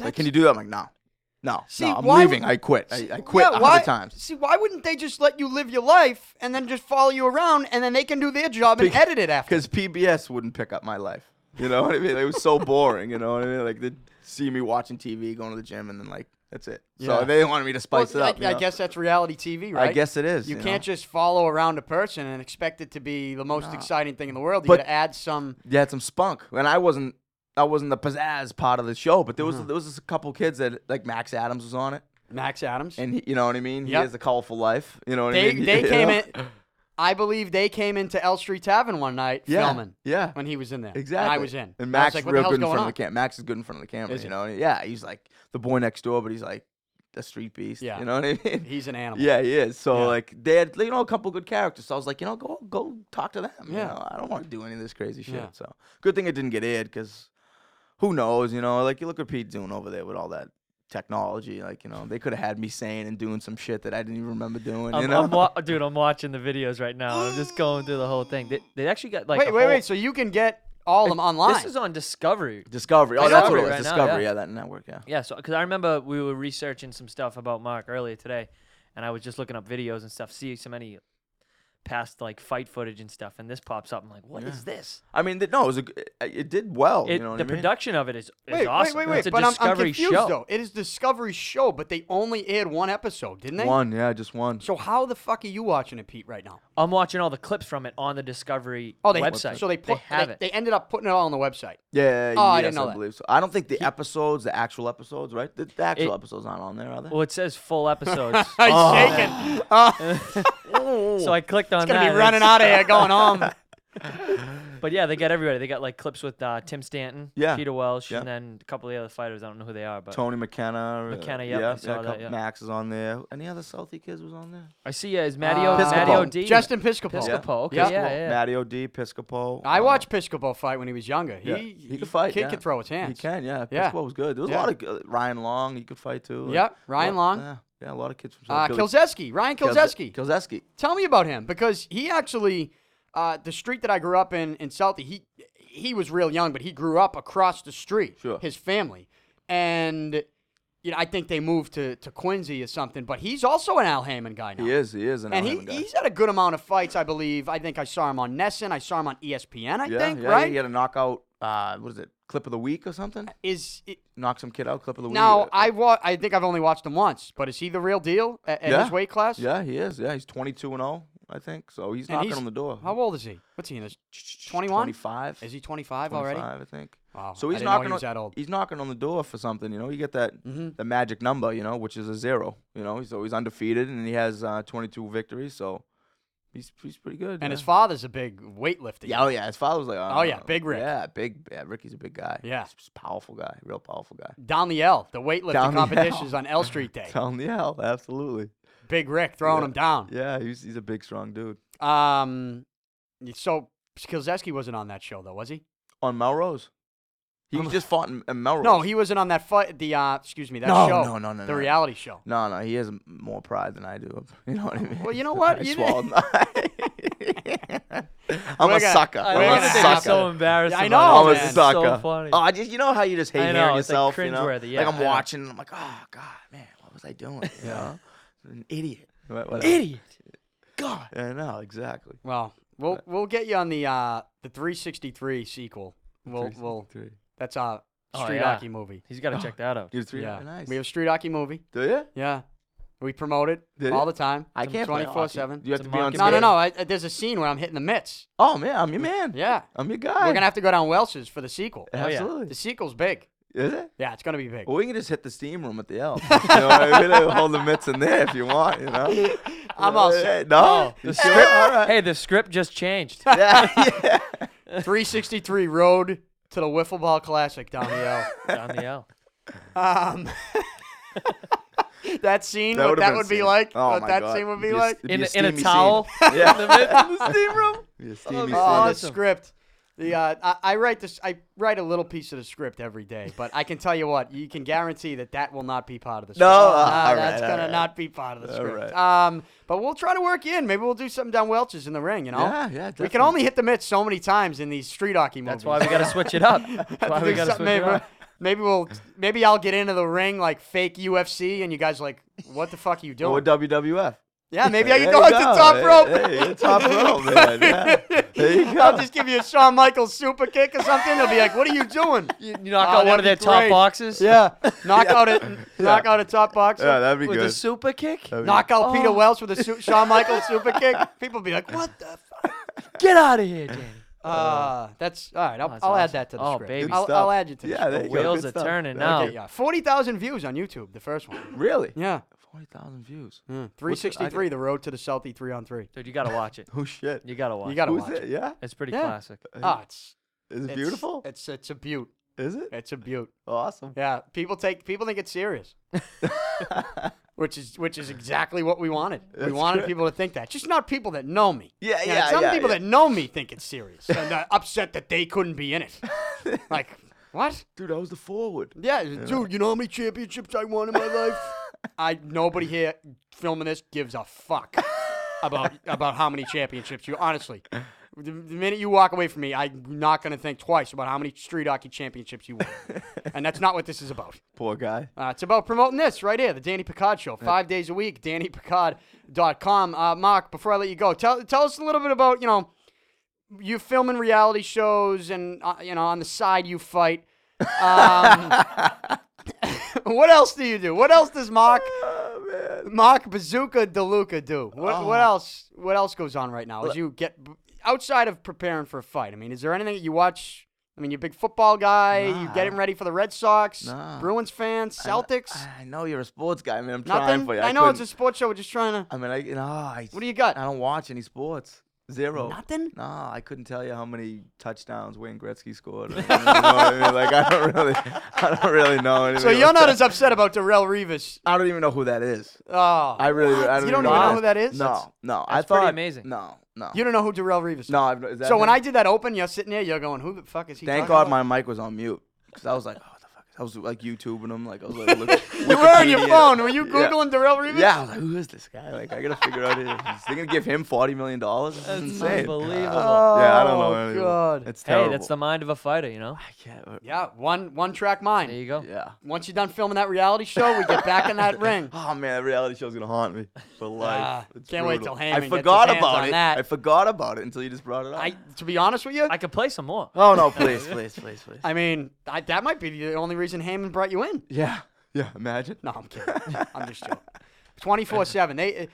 S2: Like, can you do that? I'm like, no, no,
S1: See,
S2: no. I'm
S1: why
S2: leaving.
S1: would-
S2: I quit. I, I quit
S1: Yeah,
S2: a hundred
S1: why-
S2: times.
S1: See, why wouldn't they just let you live your life and then just follow you around and then they can do their job and
S2: Bec-
S1: edit it after?
S2: Because PBS wouldn't pick up my life. You know what I mean? It
S1: [LAUGHS]
S2: was so boring. You know what I mean? Like they'd see me watching TV, going to the gym, and then like that's it.
S1: Yeah.
S2: So they wanted me to
S1: Well,
S2: spice
S1: I,
S2: it up. you
S1: I
S2: know?
S1: guess that's reality TV, right?
S2: I guess it is.
S1: You,
S2: know?
S1: can't just follow around a person and expect it to be the most exciting thing in the world. You
S2: But-
S1: got to add some.
S2: you had some spunk. And I wasn't I wasn't the pizzazz part of the show, but there was
S1: Mm-hmm.
S2: there was just a couple kids that like Max Adams was on it,
S1: Max Adams.
S2: and he, you know what I mean.
S1: Yep.
S2: He has a colorful life. You know what
S1: they
S2: [LAUGHS] I mean.
S1: they
S2: You
S1: came
S2: know?
S1: in. I believe they came into L Street Tavern one night
S2: Yeah,
S1: filming
S2: yeah.
S1: when he was in there. and
S2: Exactly.
S1: I was in.
S2: And
S1: I was
S2: Max
S1: like,
S2: is
S1: what the
S2: real
S1: hell's
S2: good in
S1: going
S2: front
S1: on?
S2: of the camera. Max is good in front of the camera.
S1: Is
S2: you
S1: he?
S2: know. And yeah, he's like the boy next door, but he's like a street beast.
S1: Yeah.
S2: You know what I mean.
S1: He's an animal.
S2: yeah, he is. So
S1: Yeah.
S2: like they had, you know, a couple good characters. So I was like, you know, go go talk to them. You
S1: Yeah.
S2: know, I don't want to do any of this crazy shit.
S1: Yeah.
S2: So good thing it didn't get aired because who knows? You know, like you look at Pete doing over there with all that technology. Like you know, they could have had me saying and doing some shit that I didn't even remember doing.
S3: I'm,
S2: you know,
S3: I'm wa- dude, I'm watching the videos right now. I'm just going through the whole thing. They, they actually got like
S1: wait,
S3: a
S1: wait,
S3: whole-
S1: wait. So you can get all of them online.
S3: This is on Discovery.
S2: [LAUGHS] Discovery. Oh, that's what
S3: Discovery
S2: it was.
S3: right now,
S2: Discovery.
S3: yeah.
S2: yeah. that network. Yeah.
S3: Yeah, so because I remember we were researching some stuff about Mark earlier today, and I was just looking up videos and stuff, seeing so many past like fight footage and stuff, and this pops up. I'm like, what is this?
S2: I mean, th- no, it was a. g- It, it did well.
S3: It,
S2: you know what
S3: the
S2: I mean?
S3: production of it is, is
S1: wait,
S3: awesome.
S1: wait, wait, wait.
S3: It's a
S1: but I'm,
S3: Discovery
S1: I'm confused
S3: show.
S1: though. It is Discovery show, but they only aired one episode, didn't they?
S2: One. Yeah, just one.
S1: So how the fuck are you watching it, Pete, right now?
S3: I'm watching all the clips from it on the Discovery
S1: Oh, they
S3: website.
S1: So they
S3: they
S1: put,
S3: have
S1: they,
S3: it.
S1: They ended up putting it all on the website.
S2: Yeah,
S1: Oh, I
S2: yes,
S1: didn't know that.
S2: believe so. I don't think the episodes, the actual episodes, right? The, the actual episodes aren't on there, are they?
S3: well, it says
S1: [LAUGHS]
S3: full episodes,
S1: I'm
S2: Oh.
S1: shaking.
S2: [LAUGHS]
S3: [LAUGHS] so I clicked on
S1: Oh. gonna
S3: that.
S1: be
S3: and
S1: running
S3: it's-
S1: out of here, going
S3: [LAUGHS]
S1: home.
S3: But yeah, they got everybody. They got like clips with uh, Tim Stanton,
S2: Yeah,
S3: Peter Welsh,
S2: yeah.
S3: and then a couple of the other fighters. I don't know who they are, but
S2: Tony McKenna. uh,
S3: Uh, McKenna, yep, I saw that,
S2: couple-
S3: yeah.
S2: Max is on there. Any other Southie kids was on there?
S3: I see uh, is Matty O,
S1: Uh,
S3: Matty
S2: Piscopo.
S3: O.D.
S1: Justin Piscopo.
S3: Piscopo. Okay,
S1: Yeah.
S3: yeah, yeah.
S2: Matty O'D, Piscopo.
S1: I
S2: uh,
S1: watched Piscopo fight when he was younger. He
S2: yeah,
S1: he
S2: could fight.
S1: Kid
S2: yeah.
S1: could throw his hands.
S2: He can, yeah.
S1: Yeah.
S2: Piscopo was good. There was
S1: Yeah.
S2: a lot of g- uh, Ryan Long. He could fight too. and
S1: Yep, Ryan
S2: a lot-
S1: Long.
S2: Yeah, yeah, a lot of kids from
S1: Uh,
S2: Billy-
S1: Kilzeski, Ryan
S2: Kilze-
S1: Kilzeski.
S2: Kilzeski.
S1: Tell me about him because he actually, uh, the street that I grew up in in Southie, he he was real young, but he grew up across the street.
S2: Sure.
S1: His family, and you know, I think they moved to to Quincy or something. But he's also an Al Heyman guy now.
S2: He is. He is an
S1: And he,
S2: Alabama guy.
S1: he's had a good amount of fights, I believe. I think I saw him on Nesson. I saw him on E ESPN. I
S2: yeah,
S1: think
S2: yeah,
S1: right
S2: He had a knockout. Uh, what is it? Clip of the week or something?
S1: is it,
S2: Knock some kid out. Clip of the week.
S1: now.
S2: uh,
S1: I wa- I think I've only watched him once, but is he the real deal at, at his
S2: Yeah.
S1: weight class?
S2: Yeah, he is. Yeah, he's 22 and 0, I think. So he's
S1: And
S2: knocking
S1: he's-
S2: on the door.
S1: How old is he? What's he in his? 21?
S2: 25.
S1: Is he 25 already?
S2: 25, I think.
S1: Wow,
S2: So
S1: Oh, I
S2: he's
S1: didn't know he
S2: knocking
S1: was
S2: on
S1: that old. Mm-hmm.
S2: he's knocking on the door for something, you know. You get that the magic number, you know, which is a zero, you know. He's always undefeated and he has uh, 22 victories, so he's he's pretty good.
S1: And
S2: yeah.
S1: his father's a big weightlifter.
S2: yeah, oh yeah, his father was like,
S1: Oh, yeah,
S2: uh,
S1: Big Rick.
S2: Yeah, big yeah, Ricky's a big guy.
S1: Yeah.
S2: He's a powerful guy, real powerful guy.
S1: Down the L, the weightlifting
S2: Down the
S1: competitions
S2: L.
S1: on
S2: [LAUGHS]
S1: L Street Day.
S2: Telling the hell, absolutely.
S1: Big Rick throwing him down.
S2: Yeah, he's he's a big strong dude.
S1: Um, so Kilzeski wasn't on that show though, was he?
S2: On Melrose. He
S1: I'm-
S2: just fought in, in Melrose.
S1: No, he wasn't on that fight. The uh, excuse me, that
S2: No,
S1: show.
S2: no, no, no,
S1: The
S2: no.
S1: reality show.
S2: No, no, he has m- more pride than I do. [LAUGHS] You know what I mean?
S1: Well,
S2: [LAUGHS]
S1: you know what?
S2: I
S1: You
S2: swallowed
S1: didn't-
S2: [LAUGHS] mine. I'm
S1: We're
S2: a
S1: gonna-
S2: sucker.
S1: I
S3: I
S1: We're
S2: I'm
S1: gonna
S2: a
S1: take
S2: sucker.
S1: suck
S3: am so embarrassed.
S1: I
S3: about
S1: know,
S3: it.
S2: I'm
S1: man.
S2: a
S1: It's
S2: sucker.
S3: So funny.
S2: Oh, I just you know how you just hate
S3: I know,
S2: hearing
S3: it's, like,
S2: yourself. you know,
S3: cringeworthy, yeah,
S2: like
S3: I
S2: I'm
S3: know.
S2: watching. And I'm like, oh god, man, what was I doing? You know? an idiot. What- whatever.
S3: Idiot.
S2: God. I know exactly.
S1: Well, we'll we'll get you on the uh the 363 sequel. We'll we'll
S2: Three.
S1: that's our
S3: Oh,
S1: street
S3: yeah.
S1: hockey movie.
S3: He's got to check
S2: [LAUGHS]
S3: that out.
S2: You're three.
S1: Yeah,
S2: Nice.
S1: we have a street hockey movie.
S2: do you?
S1: Yeah, we promote it
S2: Did
S1: all
S2: it?
S1: the time.
S2: I can't. play hockey.
S1: 24/7.
S2: You have
S3: It's
S2: to
S3: a
S2: be on.
S3: monkey.
S1: No, no,
S2: stage.
S1: no. I, I- there's a scene where I'm hitting the mitts.
S2: Oh man, I'm your man.
S1: Yeah,
S2: I'm your guy.
S1: we're gonna Oh, have to go down Welsh's for the sequel.
S3: yeah.
S2: Absolutely.
S1: The sequel's big.
S2: Is it?
S1: Yeah, it's gonna be big.
S2: Well, we can just hit the steam room at the L. you know, what I mean? Like, hold the mitts in there if you want. You know,
S1: I'm all
S2: Uh,
S1: set.
S2: No,
S3: The
S2: You
S3: script,
S2: sure? all right.
S3: Hey, the script just changed.
S2: Yeah, [LAUGHS] yeah.
S1: 363 Road to the Wiffle Ball Classic down the L.
S3: Down the L.
S1: Um, that scene,
S2: That
S1: what
S2: would've
S1: that
S2: been
S1: would
S2: scene.
S1: be like,
S2: Oh
S1: what
S2: my
S1: that
S2: God.
S1: scene would be
S2: It'd a-
S1: like.
S2: it'd a
S3: in, a- in a
S2: steamy scene.
S3: towel
S2: Yeah.
S3: in, the, mid- in the steam room.
S2: It'd be a
S3: Oh,
S2: steamy
S1: Oh,
S2: scene.
S1: the
S3: Awesome.
S1: script. The uh, I, I write this. I write a little piece of the script every day, but I can tell you what, you can guarantee that that will not be part of the script.
S2: No? Uh, all
S1: that's
S2: right, all
S1: gonna
S2: right.
S1: not be part of the
S2: All
S1: script. Um, but we'll try to work you in. Maybe we'll do something down Welch's in the ring. You know,
S2: Yeah, yeah,
S1: we can
S2: definitely.
S1: only hit the mitts so many times in these street hockey movies.
S3: That's why we got
S1: [LAUGHS]
S3: to switch it up. That's why
S1: Have to
S3: we
S1: do
S3: got to
S1: something-
S3: switch it up.
S1: maybe, maybe we'll maybe I'll get into the ring like fake UFC, and you guys are like, what the fuck are you doing?
S2: Or WWF.
S1: yeah,
S2: [LAUGHS]
S1: maybe I can
S2: There
S1: go
S2: you
S1: up the top
S2: Hey,
S1: rope.
S2: Hey, uh, top rope,
S1: [LAUGHS]
S2: man. Yeah. There you go.
S1: I'll just give you a Shawn Michaels super kick or something. They'll be like, "What are you doing?"
S3: You, you knock
S1: Oh,
S3: out one
S1: that'd
S3: of their
S1: be
S3: top
S1: great.
S2: [LAUGHS]
S3: boxes
S2: yeah.
S1: Knock out a
S2: [LAUGHS]
S1: knock out a top boxer.
S2: Yeah, that'd be
S3: with
S2: good.
S3: a super kick.
S2: That'd be-
S1: knock out Peter
S3: Oh.
S1: Welch with a su- Shawn
S3: [LAUGHS]
S1: Michaels super kick. People be like, "What the?" F-?
S3: Get out of here, Danny.
S1: Uh, that's all right. I'll,
S3: that's
S1: I'll add
S3: awesome.
S1: that to the
S3: Oh,
S1: script.
S3: baby.
S2: Good
S1: I'll,
S2: stuff.
S1: I'll add you to the
S2: yeah,
S1: script.
S2: there you go.
S3: wheels
S2: Good
S3: are
S2: stuff.
S3: turning
S2: That'd
S1: Okay,
S2: be-
S1: yeah, forty thousand views on YouTube. The first one.
S2: [LAUGHS] Really?
S1: Yeah,
S2: 40,000 views.
S1: three sixty three. The road to the Southie three on three.
S3: Dude, you got to watch it.
S2: [LAUGHS] Oh, shit.
S3: You got to watch
S1: You gotta
S2: Who's
S1: watch
S2: it?
S1: it.
S2: Yeah?
S3: It's pretty
S1: Yeah.
S3: classic.
S1: Ah, it's,
S2: Is it
S1: it's-
S2: Uh, beautiful?
S1: It's it's a beaut.
S2: Is it?
S1: It's a beaut.
S2: Awesome.
S1: Yeah, people take people think it's
S2: [LAUGHS]
S1: serious, which is which is exactly what we wanted. we
S2: That's
S1: wanted
S2: good.
S1: people to think that, just not people that know me.
S2: Yeah,
S1: You know,
S2: yeah,
S1: Some
S2: yeah,
S1: people
S2: yeah.
S1: that know me think it's serious and uh, upset that they couldn't be in it.
S2: [LAUGHS]
S1: like what?
S2: Dude, I was the forward.
S1: Yeah, dude, you know how many championships I won in my life? I nobody here filming this gives a fuck about about how many championships you honestly. The, the minute you walk away from me, I'm not gonna think twice about how many street hockey championships you won, and that's not what this is about. [LAUGHS]
S2: Poor guy.
S1: Uh, it's about promoting this right here, the Danny Picard Show, five days a week, DannyPicard.com. Uh, Mark, before I let you go, tell tell us a little bit about you know you filming reality shows and uh, you know on the side you fight. Um, [LAUGHS] what else do you do? What else does Mark
S2: Oh, man.
S1: Mark Bazooka Deluca do? What what
S2: Oh.
S1: else what else goes on right now? As you get outside of preparing for a fight, I mean, is there anything that you watch? I mean, you're a big football guy. You
S2: Nah.
S1: getting ready for the Red Sox,
S2: Nah.
S1: Bruins fans, Celtics.
S2: I know you're a sports guy, man. I'm trying
S1: Nothing.
S2: for you.
S1: I, know it's a
S2: couldn't-
S1: sports show. We're just trying to.
S2: I mean, I, you know, I,
S1: What do you got?
S2: I don't watch any sports. Zero.
S1: Nothing.
S2: No, Oh. I couldn't tell you how many touchdowns Wayne Gretzky scored. or- you know what I mean? Like I don't really, I don't really know anything.
S1: So you're
S2: about
S1: not
S2: that.
S1: as upset about Darrell Revis.
S2: I don't even know who that is.
S1: Oh, I
S2: I really,
S1: You
S2: I don't,
S1: don't
S2: even
S1: even
S2: know
S1: know who that is? That's-
S2: No, no. I
S3: that's
S2: thought
S3: pretty amazing.
S2: No, no.
S1: you don't know who Darrell Revis. Is.
S2: no, I've, is that
S1: So when
S2: him?
S1: I did that open, you're sitting there, you're going, "Who the fuck is he?"
S2: thank
S1: talking
S2: God
S1: about?
S2: my mic was on mute because I was like, oh, what the fuck? I was like YouTubing him, like I was [LAUGHS] like, look,
S1: You were on your
S2: Wikipedia.
S1: phone. Were you
S2: Yeah.
S1: googling Darrell Revis?
S2: Yeah, I was like, who is this guy? Like, I gotta figure out. His, they're gonna give him forty million dollars. This
S3: That's
S2: is insane.
S3: unbelievable.
S2: yeah, I don't know.
S1: Oh,
S2: anyone.
S1: God.
S2: It's terrible.
S3: Hey, that's the mind of a fighter, you know?
S2: I can't.
S1: Yeah. One one track
S3: There
S1: mind.
S3: you go.
S2: Yeah.
S1: Once you're done filming that reality show, we get back in
S2: [LAUGHS]
S1: that ring.
S2: Oh man, that reality show's gonna haunt me for life.
S1: Ah,
S2: It's
S1: can't wait till
S2: brutal.
S1: Heyman
S2: I
S1: gets his
S2: forgot
S1: hands
S2: about
S1: on
S2: it.
S1: that.
S2: I forgot about it until you just brought it up.
S1: I, to be honest with you,
S3: I could play some more.
S2: oh
S1: [LAUGHS]
S2: no, please, please, please, please.
S1: I mean, I, that might be the only reason Heyman brought you in.
S2: yeah, yeah. Imagine.
S1: No, I'm kidding. [LAUGHS] I'm just joking. Twenty four seven. They, uh,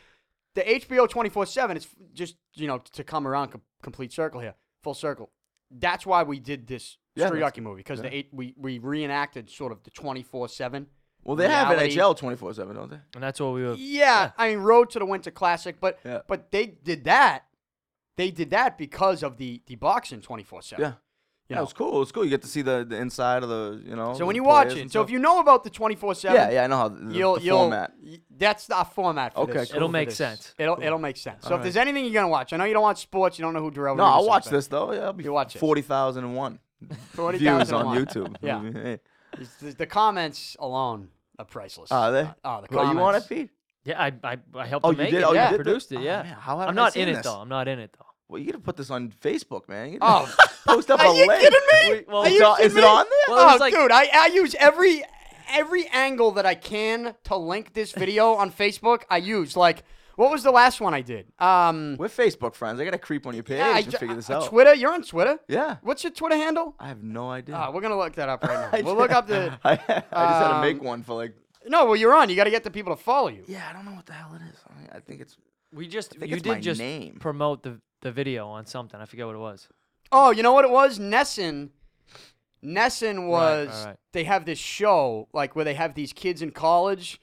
S1: the HBO twenty four seven. It's just you know to come around com- complete circle here, full circle. That's why we did this
S2: Yeah,
S1: street
S2: that's-
S1: hockey movie because
S2: yeah.
S1: the eight we we reenacted sort of the twenty four seven.
S2: Well, they
S1: Reality.
S2: have NHL twenty four seven, don't they?
S3: And that's what we were.
S1: Yeah, I mean Road to the Winter Classic, but
S2: Yeah.
S1: but they did that. They did that because of the the boxing twenty four seven.
S2: Yeah.
S1: You
S2: Yeah,
S1: know.
S2: it's cool. It's cool. You get to see the, the inside of the, you know.
S1: So when
S2: the
S1: you watch
S2: players
S1: it,
S2: and
S1: so if
S2: stuff.
S1: you know about the twenty four seven,
S2: Yeah, yeah, I know how the, the-
S1: you'll
S2: the
S1: you'll
S2: format.
S1: y- that's the format. For
S2: Okay,
S1: this.
S2: cool.
S3: It'll
S2: for
S3: make
S2: this.
S3: sense.
S1: It'll it'll make sense. So if
S2: Alright.
S1: there's anything you're gonna watch, I know you don't watch sports, you don't know who Darrell.
S2: No,
S1: Revis
S2: I'll
S1: is,
S2: watch
S1: but
S2: this though. Yeah, I'll be
S1: You watch it.
S2: forty thousand and one views
S1: 40,001.
S2: on YouTube.
S1: [LAUGHS] Yeah.
S2: Hey.
S1: It's- The, the comments alone are priceless.
S2: Are they?
S1: Oh, the comments.
S2: Well, ah, you want it, Pete?
S3: Yeah, I, I, I helped
S2: Oh,
S3: him
S2: you
S3: make
S2: did?
S3: it.
S2: Oh, you
S3: yeah,
S2: did
S3: produced
S2: that?
S3: it.
S2: Oh,
S3: Yeah.
S2: man, how haven't
S3: I'm
S2: I
S3: not
S2: seen
S3: in it
S2: this?
S3: though. I'm not in it though.
S2: Well, you gotta put this on Facebook, man. You [LAUGHS] gotta
S1: Oh,
S2: post up
S1: are
S2: a
S1: you
S2: link.
S1: kidding me?
S3: Wait, well,
S1: Are
S2: it's
S1: you
S2: on-
S1: kidding
S2: is
S1: me?
S2: it on there?
S3: Well,
S1: oh,
S3: it's like-
S1: dude, I, I use every every angle that I can to link this video on Facebook. I use like what was the last one I did? Um,
S2: We're Facebook friends. I gotta creep on your page
S1: yeah, I
S2: and
S1: ju-
S2: figure this
S1: uh,
S2: out.
S1: Twitter, you're on Twitter.
S2: Yeah.
S1: What's your Twitter handle?
S2: I have no idea.
S1: Ah, [LAUGHS] we're gonna look that up
S3: [LAUGHS]
S1: right now.
S2: I
S1: we'll
S2: ju-
S1: look up the
S2: [LAUGHS] I, I just had to make
S1: um,
S2: one for like.
S1: no. Well, you're on. You got to get the people to follow you.
S2: Yeah, I don't know what the hell it is. I mean, I think it's.
S3: We just
S2: think
S3: you
S2: it's
S3: did
S2: my
S3: just
S2: name.
S3: promote the the video on something. I forget what it was.
S1: Oh, you know what it was? Nesson. Nesson was.
S3: right.
S1: They have this show like where they have these kids in college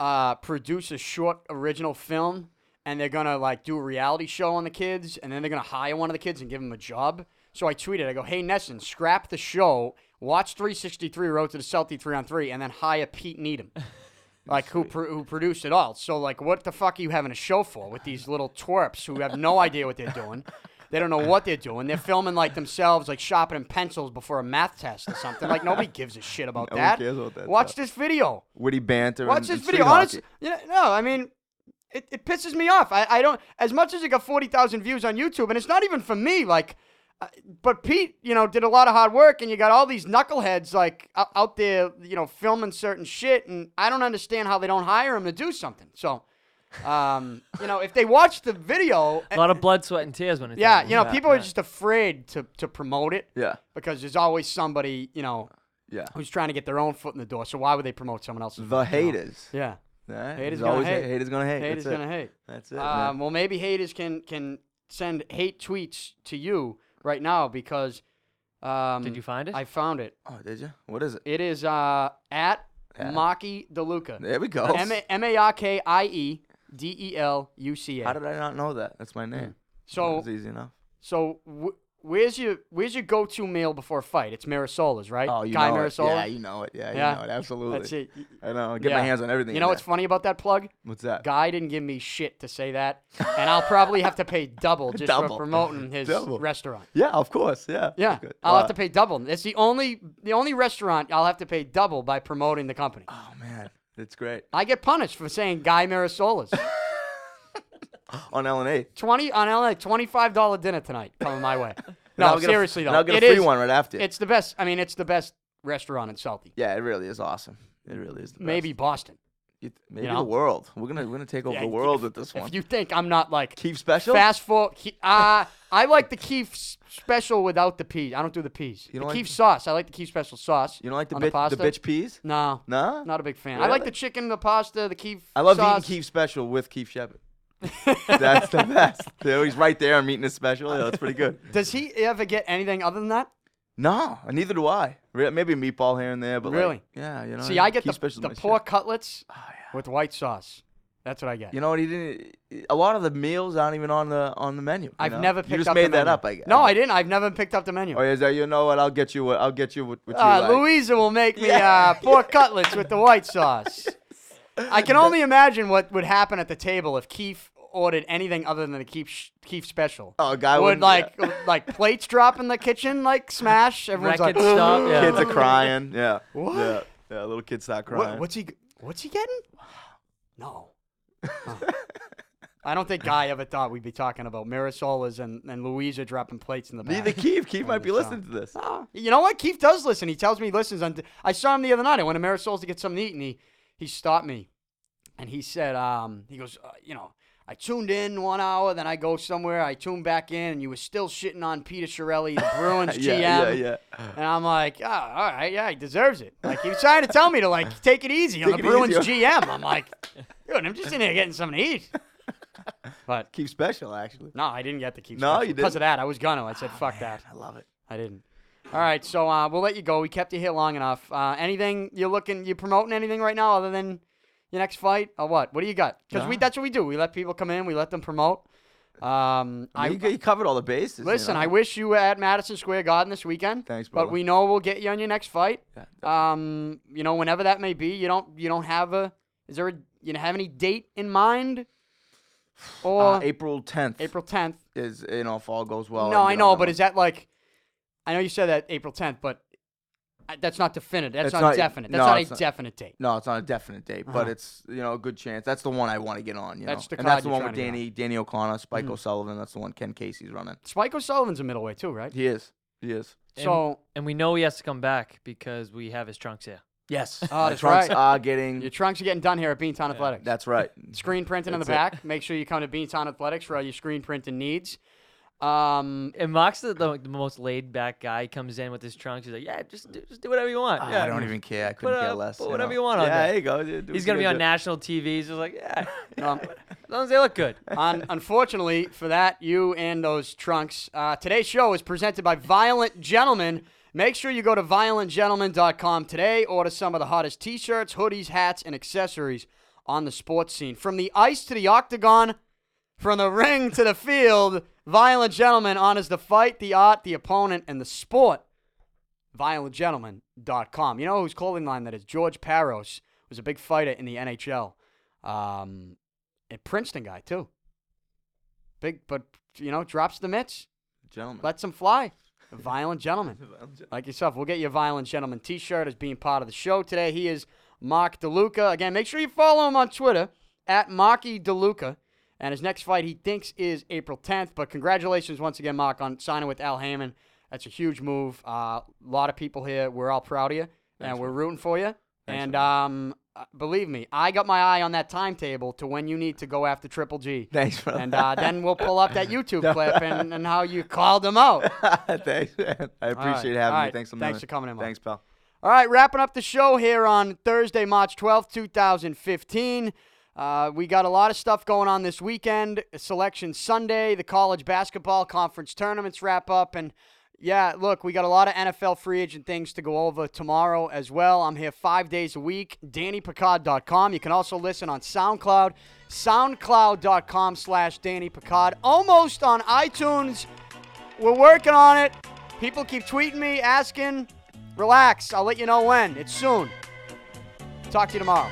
S1: uh, produce a short original film, and they're gonna like do a reality show on the kids, and then they're gonna hire one of the kids and give them a job. So I tweeted, I go, "Hey Nesson, scrap the show, watch 363 Road to the Celtic three on three, and then hire Pete Needham." like who pro- who produced it all. So like, what the fuck are you having a show for with these little twerps who have no idea what they're doing? They don't know what they're doing. They're filming like themselves, like sharpening pencils before a math test or something. Like nobody gives a shit about
S2: No one
S1: that.
S2: cares about that
S1: Watch
S2: stuff.
S1: this video.
S2: Witty banter.
S1: Watch
S2: and-
S1: this
S2: and
S1: video.
S2: street
S1: Honestly,
S2: hockey.
S1: you know, no, I mean, it, it pisses me off. I, I don't, as much as it got 40,000 views on YouTube, and it's not even for me, like, uh, but Pete, you know, did a lot of hard work, and you got all these knuckleheads, like, out, out there, you know, filming certain shit, and I don't understand how they don't hire him to do something. So, um, you know, if they watch the video, eh,
S3: A lot of blood, sweat, and tears when it's
S1: yeah,
S3: over.
S1: you know,
S2: Eh, Yeah,
S1: people are
S3: yeah.
S1: just afraid to, to promote it
S2: Yeah,
S1: because there's always somebody, you know,
S2: yeah.
S1: who's trying to get their own foot in the door. So why would they promote someone else's?
S2: The haters.
S1: Yeah. Haters
S2: Right? There's
S1: gonna
S2: always
S1: hate.
S2: Haters gonna hate.
S1: Haters
S2: That's it.
S1: gonna hate.
S2: That's it. man.
S1: Um, well, maybe haters can can send hate tweets to you right now because. Um,
S3: Did you find it?
S1: I found it.
S2: oh, did you? What is it?
S1: It is uh, at
S2: At-
S1: Maki DeLuca.
S2: There we go.
S1: M A R K I E D E L U C
S2: How
S1: A.
S2: did I not know that? That's my name.
S1: So
S2: it's easy enough.
S1: so wh- where's your where's your go to meal before a fight? It's Marisola's, right?
S2: Oh, you
S1: Guy
S2: know it.
S1: Marisola.
S2: Yeah, you know it. Yeah,
S1: Yeah.
S2: you know it. Absolutely.
S1: That's it. Y-
S2: I know. I Get
S1: yeah.
S2: my hands on everything.
S1: You
S2: in
S1: know
S2: there.
S1: what's funny about that plug?
S2: What's that?
S1: Guy didn't give me shit to say that, and I'll probably have to pay
S2: [LAUGHS]
S1: double just for
S2: Double.
S1: promoting his
S2: Double.
S1: restaurant.
S2: Yeah, of course. Yeah.
S1: Yeah,
S2: That's good. Uh,
S1: I'll
S2: Wow.
S1: have to pay double. It's the only the only restaurant I'll have to pay double by promoting the company.
S2: Oh man, it's great.
S1: I get punished for saying Guy
S2: [LAUGHS]
S1: Marisola's.
S2: On L and A.
S1: Twenty on LA, twenty five dollar dinner tonight coming my
S2: [LAUGHS]
S1: way. No,
S2: I'll get a-
S1: seriously
S2: and
S1: though,
S2: I'll
S1: it
S2: get a free
S1: is-
S2: one right after.
S1: It's the best. I mean, it's the best restaurant in Southie.
S2: yeah, it really is awesome. It really is. The best.
S1: Maybe Boston.
S2: You- maybe
S1: know?
S2: the world. We're gonna we're gonna take over
S1: Yeah,
S2: the
S1: if-
S2: world with this one.
S1: If you think I'm not like
S2: Keep special.
S1: fast food, Ke- uh, I like the Keef s- special without the peas. I don't do the peas.
S2: You
S1: the
S2: don't like
S1: Keef
S2: the-
S1: sauce. I like the Keef special sauce.
S2: You don't like the
S1: on
S2: bitch
S1: pasta.
S2: the bitch peas?
S1: No,
S2: Nah.
S1: not a big fan. I like
S2: Really?
S1: the chicken, the pasta, the Keef.
S2: I love
S1: sauce.
S2: eating Keith special with Keith Shepard. that's the best. So he's right there. I'm eating his special. Yeah, that's pretty good.
S1: [LAUGHS] Does he ever get anything other than that?
S2: No, neither do I. Re- Maybe a meatball here and there, but like,
S1: Really?
S2: yeah, you know.
S1: See, I get
S2: Keith
S1: the,
S2: Special's
S1: the
S2: my shit.
S1: pork cutlets
S2: Oh, yeah.
S1: with white sauce. That's what I get.
S2: You know what? He didn't. A lot of the meals aren't even on the on the menu. you
S1: I've
S2: know?
S1: never picked
S2: You just
S1: up
S2: made
S1: the
S2: that
S1: menu.
S2: up, I guess.
S1: No, I didn't. I've never picked up the menu.
S2: Oh, yeah, is that you know what? I'll get you. What I'll get you. What, what you
S1: Uh,
S2: like.
S1: Louisa will make me
S2: [LAUGHS] Yeah.
S1: uh, pork cutlets with the white
S2: [LAUGHS]
S1: sauce. I can only imagine what would happen at the table if Keith ordered anything other than the Keith sh- Keith special.
S2: Oh, a guy
S1: would
S2: wouldn't-
S1: like like plates drop in the kitchen, like smash. Everyone's
S3: Records
S1: like,
S3: stop. Yeah.
S2: [LAUGHS] Kids are crying. Yeah.
S1: What?
S2: Yeah. yeah little kids start
S1: "What-
S2: crying.
S1: what's he? g- What's he getting? No. Huh. I don't think Guy ever thought we'd be talking about Marisolas and, and Louisa dropping plates in the back.
S2: Neither
S1: [LAUGHS]
S2: Keith. Keith might be
S1: the
S2: listening to this.
S1: Ah, you know what? Keith does listen. He tells me he listens. On I saw him the other night. I went to Marisol's to get something to eat, and he, he stopped me, and he said, um, he goes, uh, you know, I tuned in one hour, then I go somewhere, I tune back in, and you were still shitting on Peter Shirelli, [LAUGHS] the Bruins
S2: Yeah,
S1: GM.
S2: yeah, yeah.
S1: And I'm like, oh, all right, yeah, he deserves it. Like he was trying to tell me to
S2: [LAUGHS]
S1: like take it easy on
S2: Take
S1: the
S2: it easy
S1: Bruins
S2: on- [LAUGHS]
S1: GM. I'm like, dude, I'm just in there getting something to eat. But
S2: Keith Special, actually.
S1: no, I didn't get to keep.
S2: No, you
S1: Because of
S2: didn't? Ah,
S1: that, I was gonna. I said, fuck that.
S2: I love it.
S1: I didn't. All right, so uh, we'll let you go. We kept you here long enough. Uh, anything you're looking, you promoting anything right now other than your next fight or what? What do you got? Because we
S2: Nah.
S1: that's what we do. We let people come in, we let them promote. Um,
S2: I,
S1: I
S2: mean, you, you covered all the bases.
S1: listen.
S2: you know?
S1: I wish you were at Madison Square Garden this weekend.
S2: Thanks,
S1: But
S2: brother.
S1: we know we'll get you on your next fight.
S2: Yeah,
S1: Um, you know, whenever that may be. You don't. You don't have a. Is there a? You have any date in
S2: [SIGHS]
S1: mind? Or
S2: Uh, April Oh, 10th
S1: April tenth.
S2: is, you know, if all goes well.
S1: no,
S2: and
S1: I
S2: get
S1: know,
S2: on
S1: but
S2: that
S1: is that like? I know you said that April 10th, but I- that's not definite. That's
S2: It's
S1: not,
S2: not-
S1: definite. That's
S2: no,
S1: not a
S2: it's not-
S1: definite date.
S2: one. No, it's not a definite date, but it's, you know, a good chance. That's the one I want to get on, you
S1: Uh-huh. That's
S2: know.
S1: the
S2: and that's
S1: card
S2: the
S1: you're
S2: one with
S1: trying to get Mm-hmm.
S2: Danny, Danny O'Connor, Spike O'Sullivan. That's the one Ken Casey's running.
S1: Spike O'Sullivan's a middleweight too, right?
S2: He is. He is.
S3: And-
S1: So
S3: and we know he has to come back because we have his trunks here.
S2: Yes.
S1: Oh,
S2: My
S1: that's
S2: trunks
S1: right.
S2: are getting.
S1: your trunks are getting done here at Beantown Athletics.
S2: That's right.
S1: screen printing in the
S2: That's
S1: back. Make sure you come to Beantown Athletics for all your screen printing needs.
S3: [LAUGHS]
S1: Um,
S3: And Mox, the, the, the most laid back guy, comes in with his trunks. He's like, yeah, just do, just do whatever you want.
S2: Oh,
S3: yeah.
S2: I don't even care. I couldn't
S3: Put
S2: care
S3: up-
S2: less.
S3: put whatever you want on
S2: yeah,
S3: there.
S2: there you go. dude. Do
S3: He's
S2: what
S3: gonna
S2: you
S3: be on
S2: gotta
S3: national TV. He's just like,
S2: [LAUGHS]
S3: yeah, as
S1: um,
S3: long as they look good.
S1: un- unfortunately for that, you and those trunks. Uh, today's show is presented by Violent Gentlemen. Make sure you go to violentgentlemen.com today. Order some of the hottest t shirts, hoodies, hats, and accessories on the sports scene. From the ice to the octagon, from the ring to the field, Violent Gentlemen honors the fight, the art, the opponent, and the sport. ViolentGentleman.com. You know whose clothing line that is? George Paros, was a big fighter in the NHL. Um, and Princeton guy too. Big, but you know, drops the mitts,
S2: Gentlemen.
S1: lets him fly. A violent gentleman
S3: [LAUGHS]
S1: like yourself. We'll get you a Violent Gentleman t shirt as being part of the show today. He is Mark DeLuca. Again, make sure you follow him on Twitter at Marky DeLuca. And his next fight, he thinks, is April 10th. But congratulations once again, Mark, on signing with Al Hammond. That's a huge move. Uh, A lot of people here. We're all proud of you, and we're rooting for you. and um, uh, believe me, I got my eye on that timetable to when you need to go after Triple G.
S2: Thanks [LAUGHS] for
S1: And
S2: that.
S3: [LAUGHS]
S1: uh, then we'll pull up that YouTube clip and, and how you called him out.
S2: Thanks, man. I appreciate having
S1: all
S2: me.
S1: right.
S2: Thanks
S1: Thanks
S2: a million.
S1: for coming in, Mike.
S2: Thanks, pal.
S1: All right, wrapping up the show here on Thursday, March 12th, 2015. Uh, we got a lot of stuff going on this weekend. Selection Sunday, the college basketball conference tournaments wrap up. And yeah, look, we got a lot of NFL free agent things to go over tomorrow as well. I'm here five days a week, DannyPicard.com. You can also listen on SoundCloud, SoundCloud.com slash Danny Picard. Almost on iTunes. We're working on it. People keep tweeting me, asking. Relax. I'll let you know when. It's soon. Talk to you tomorrow.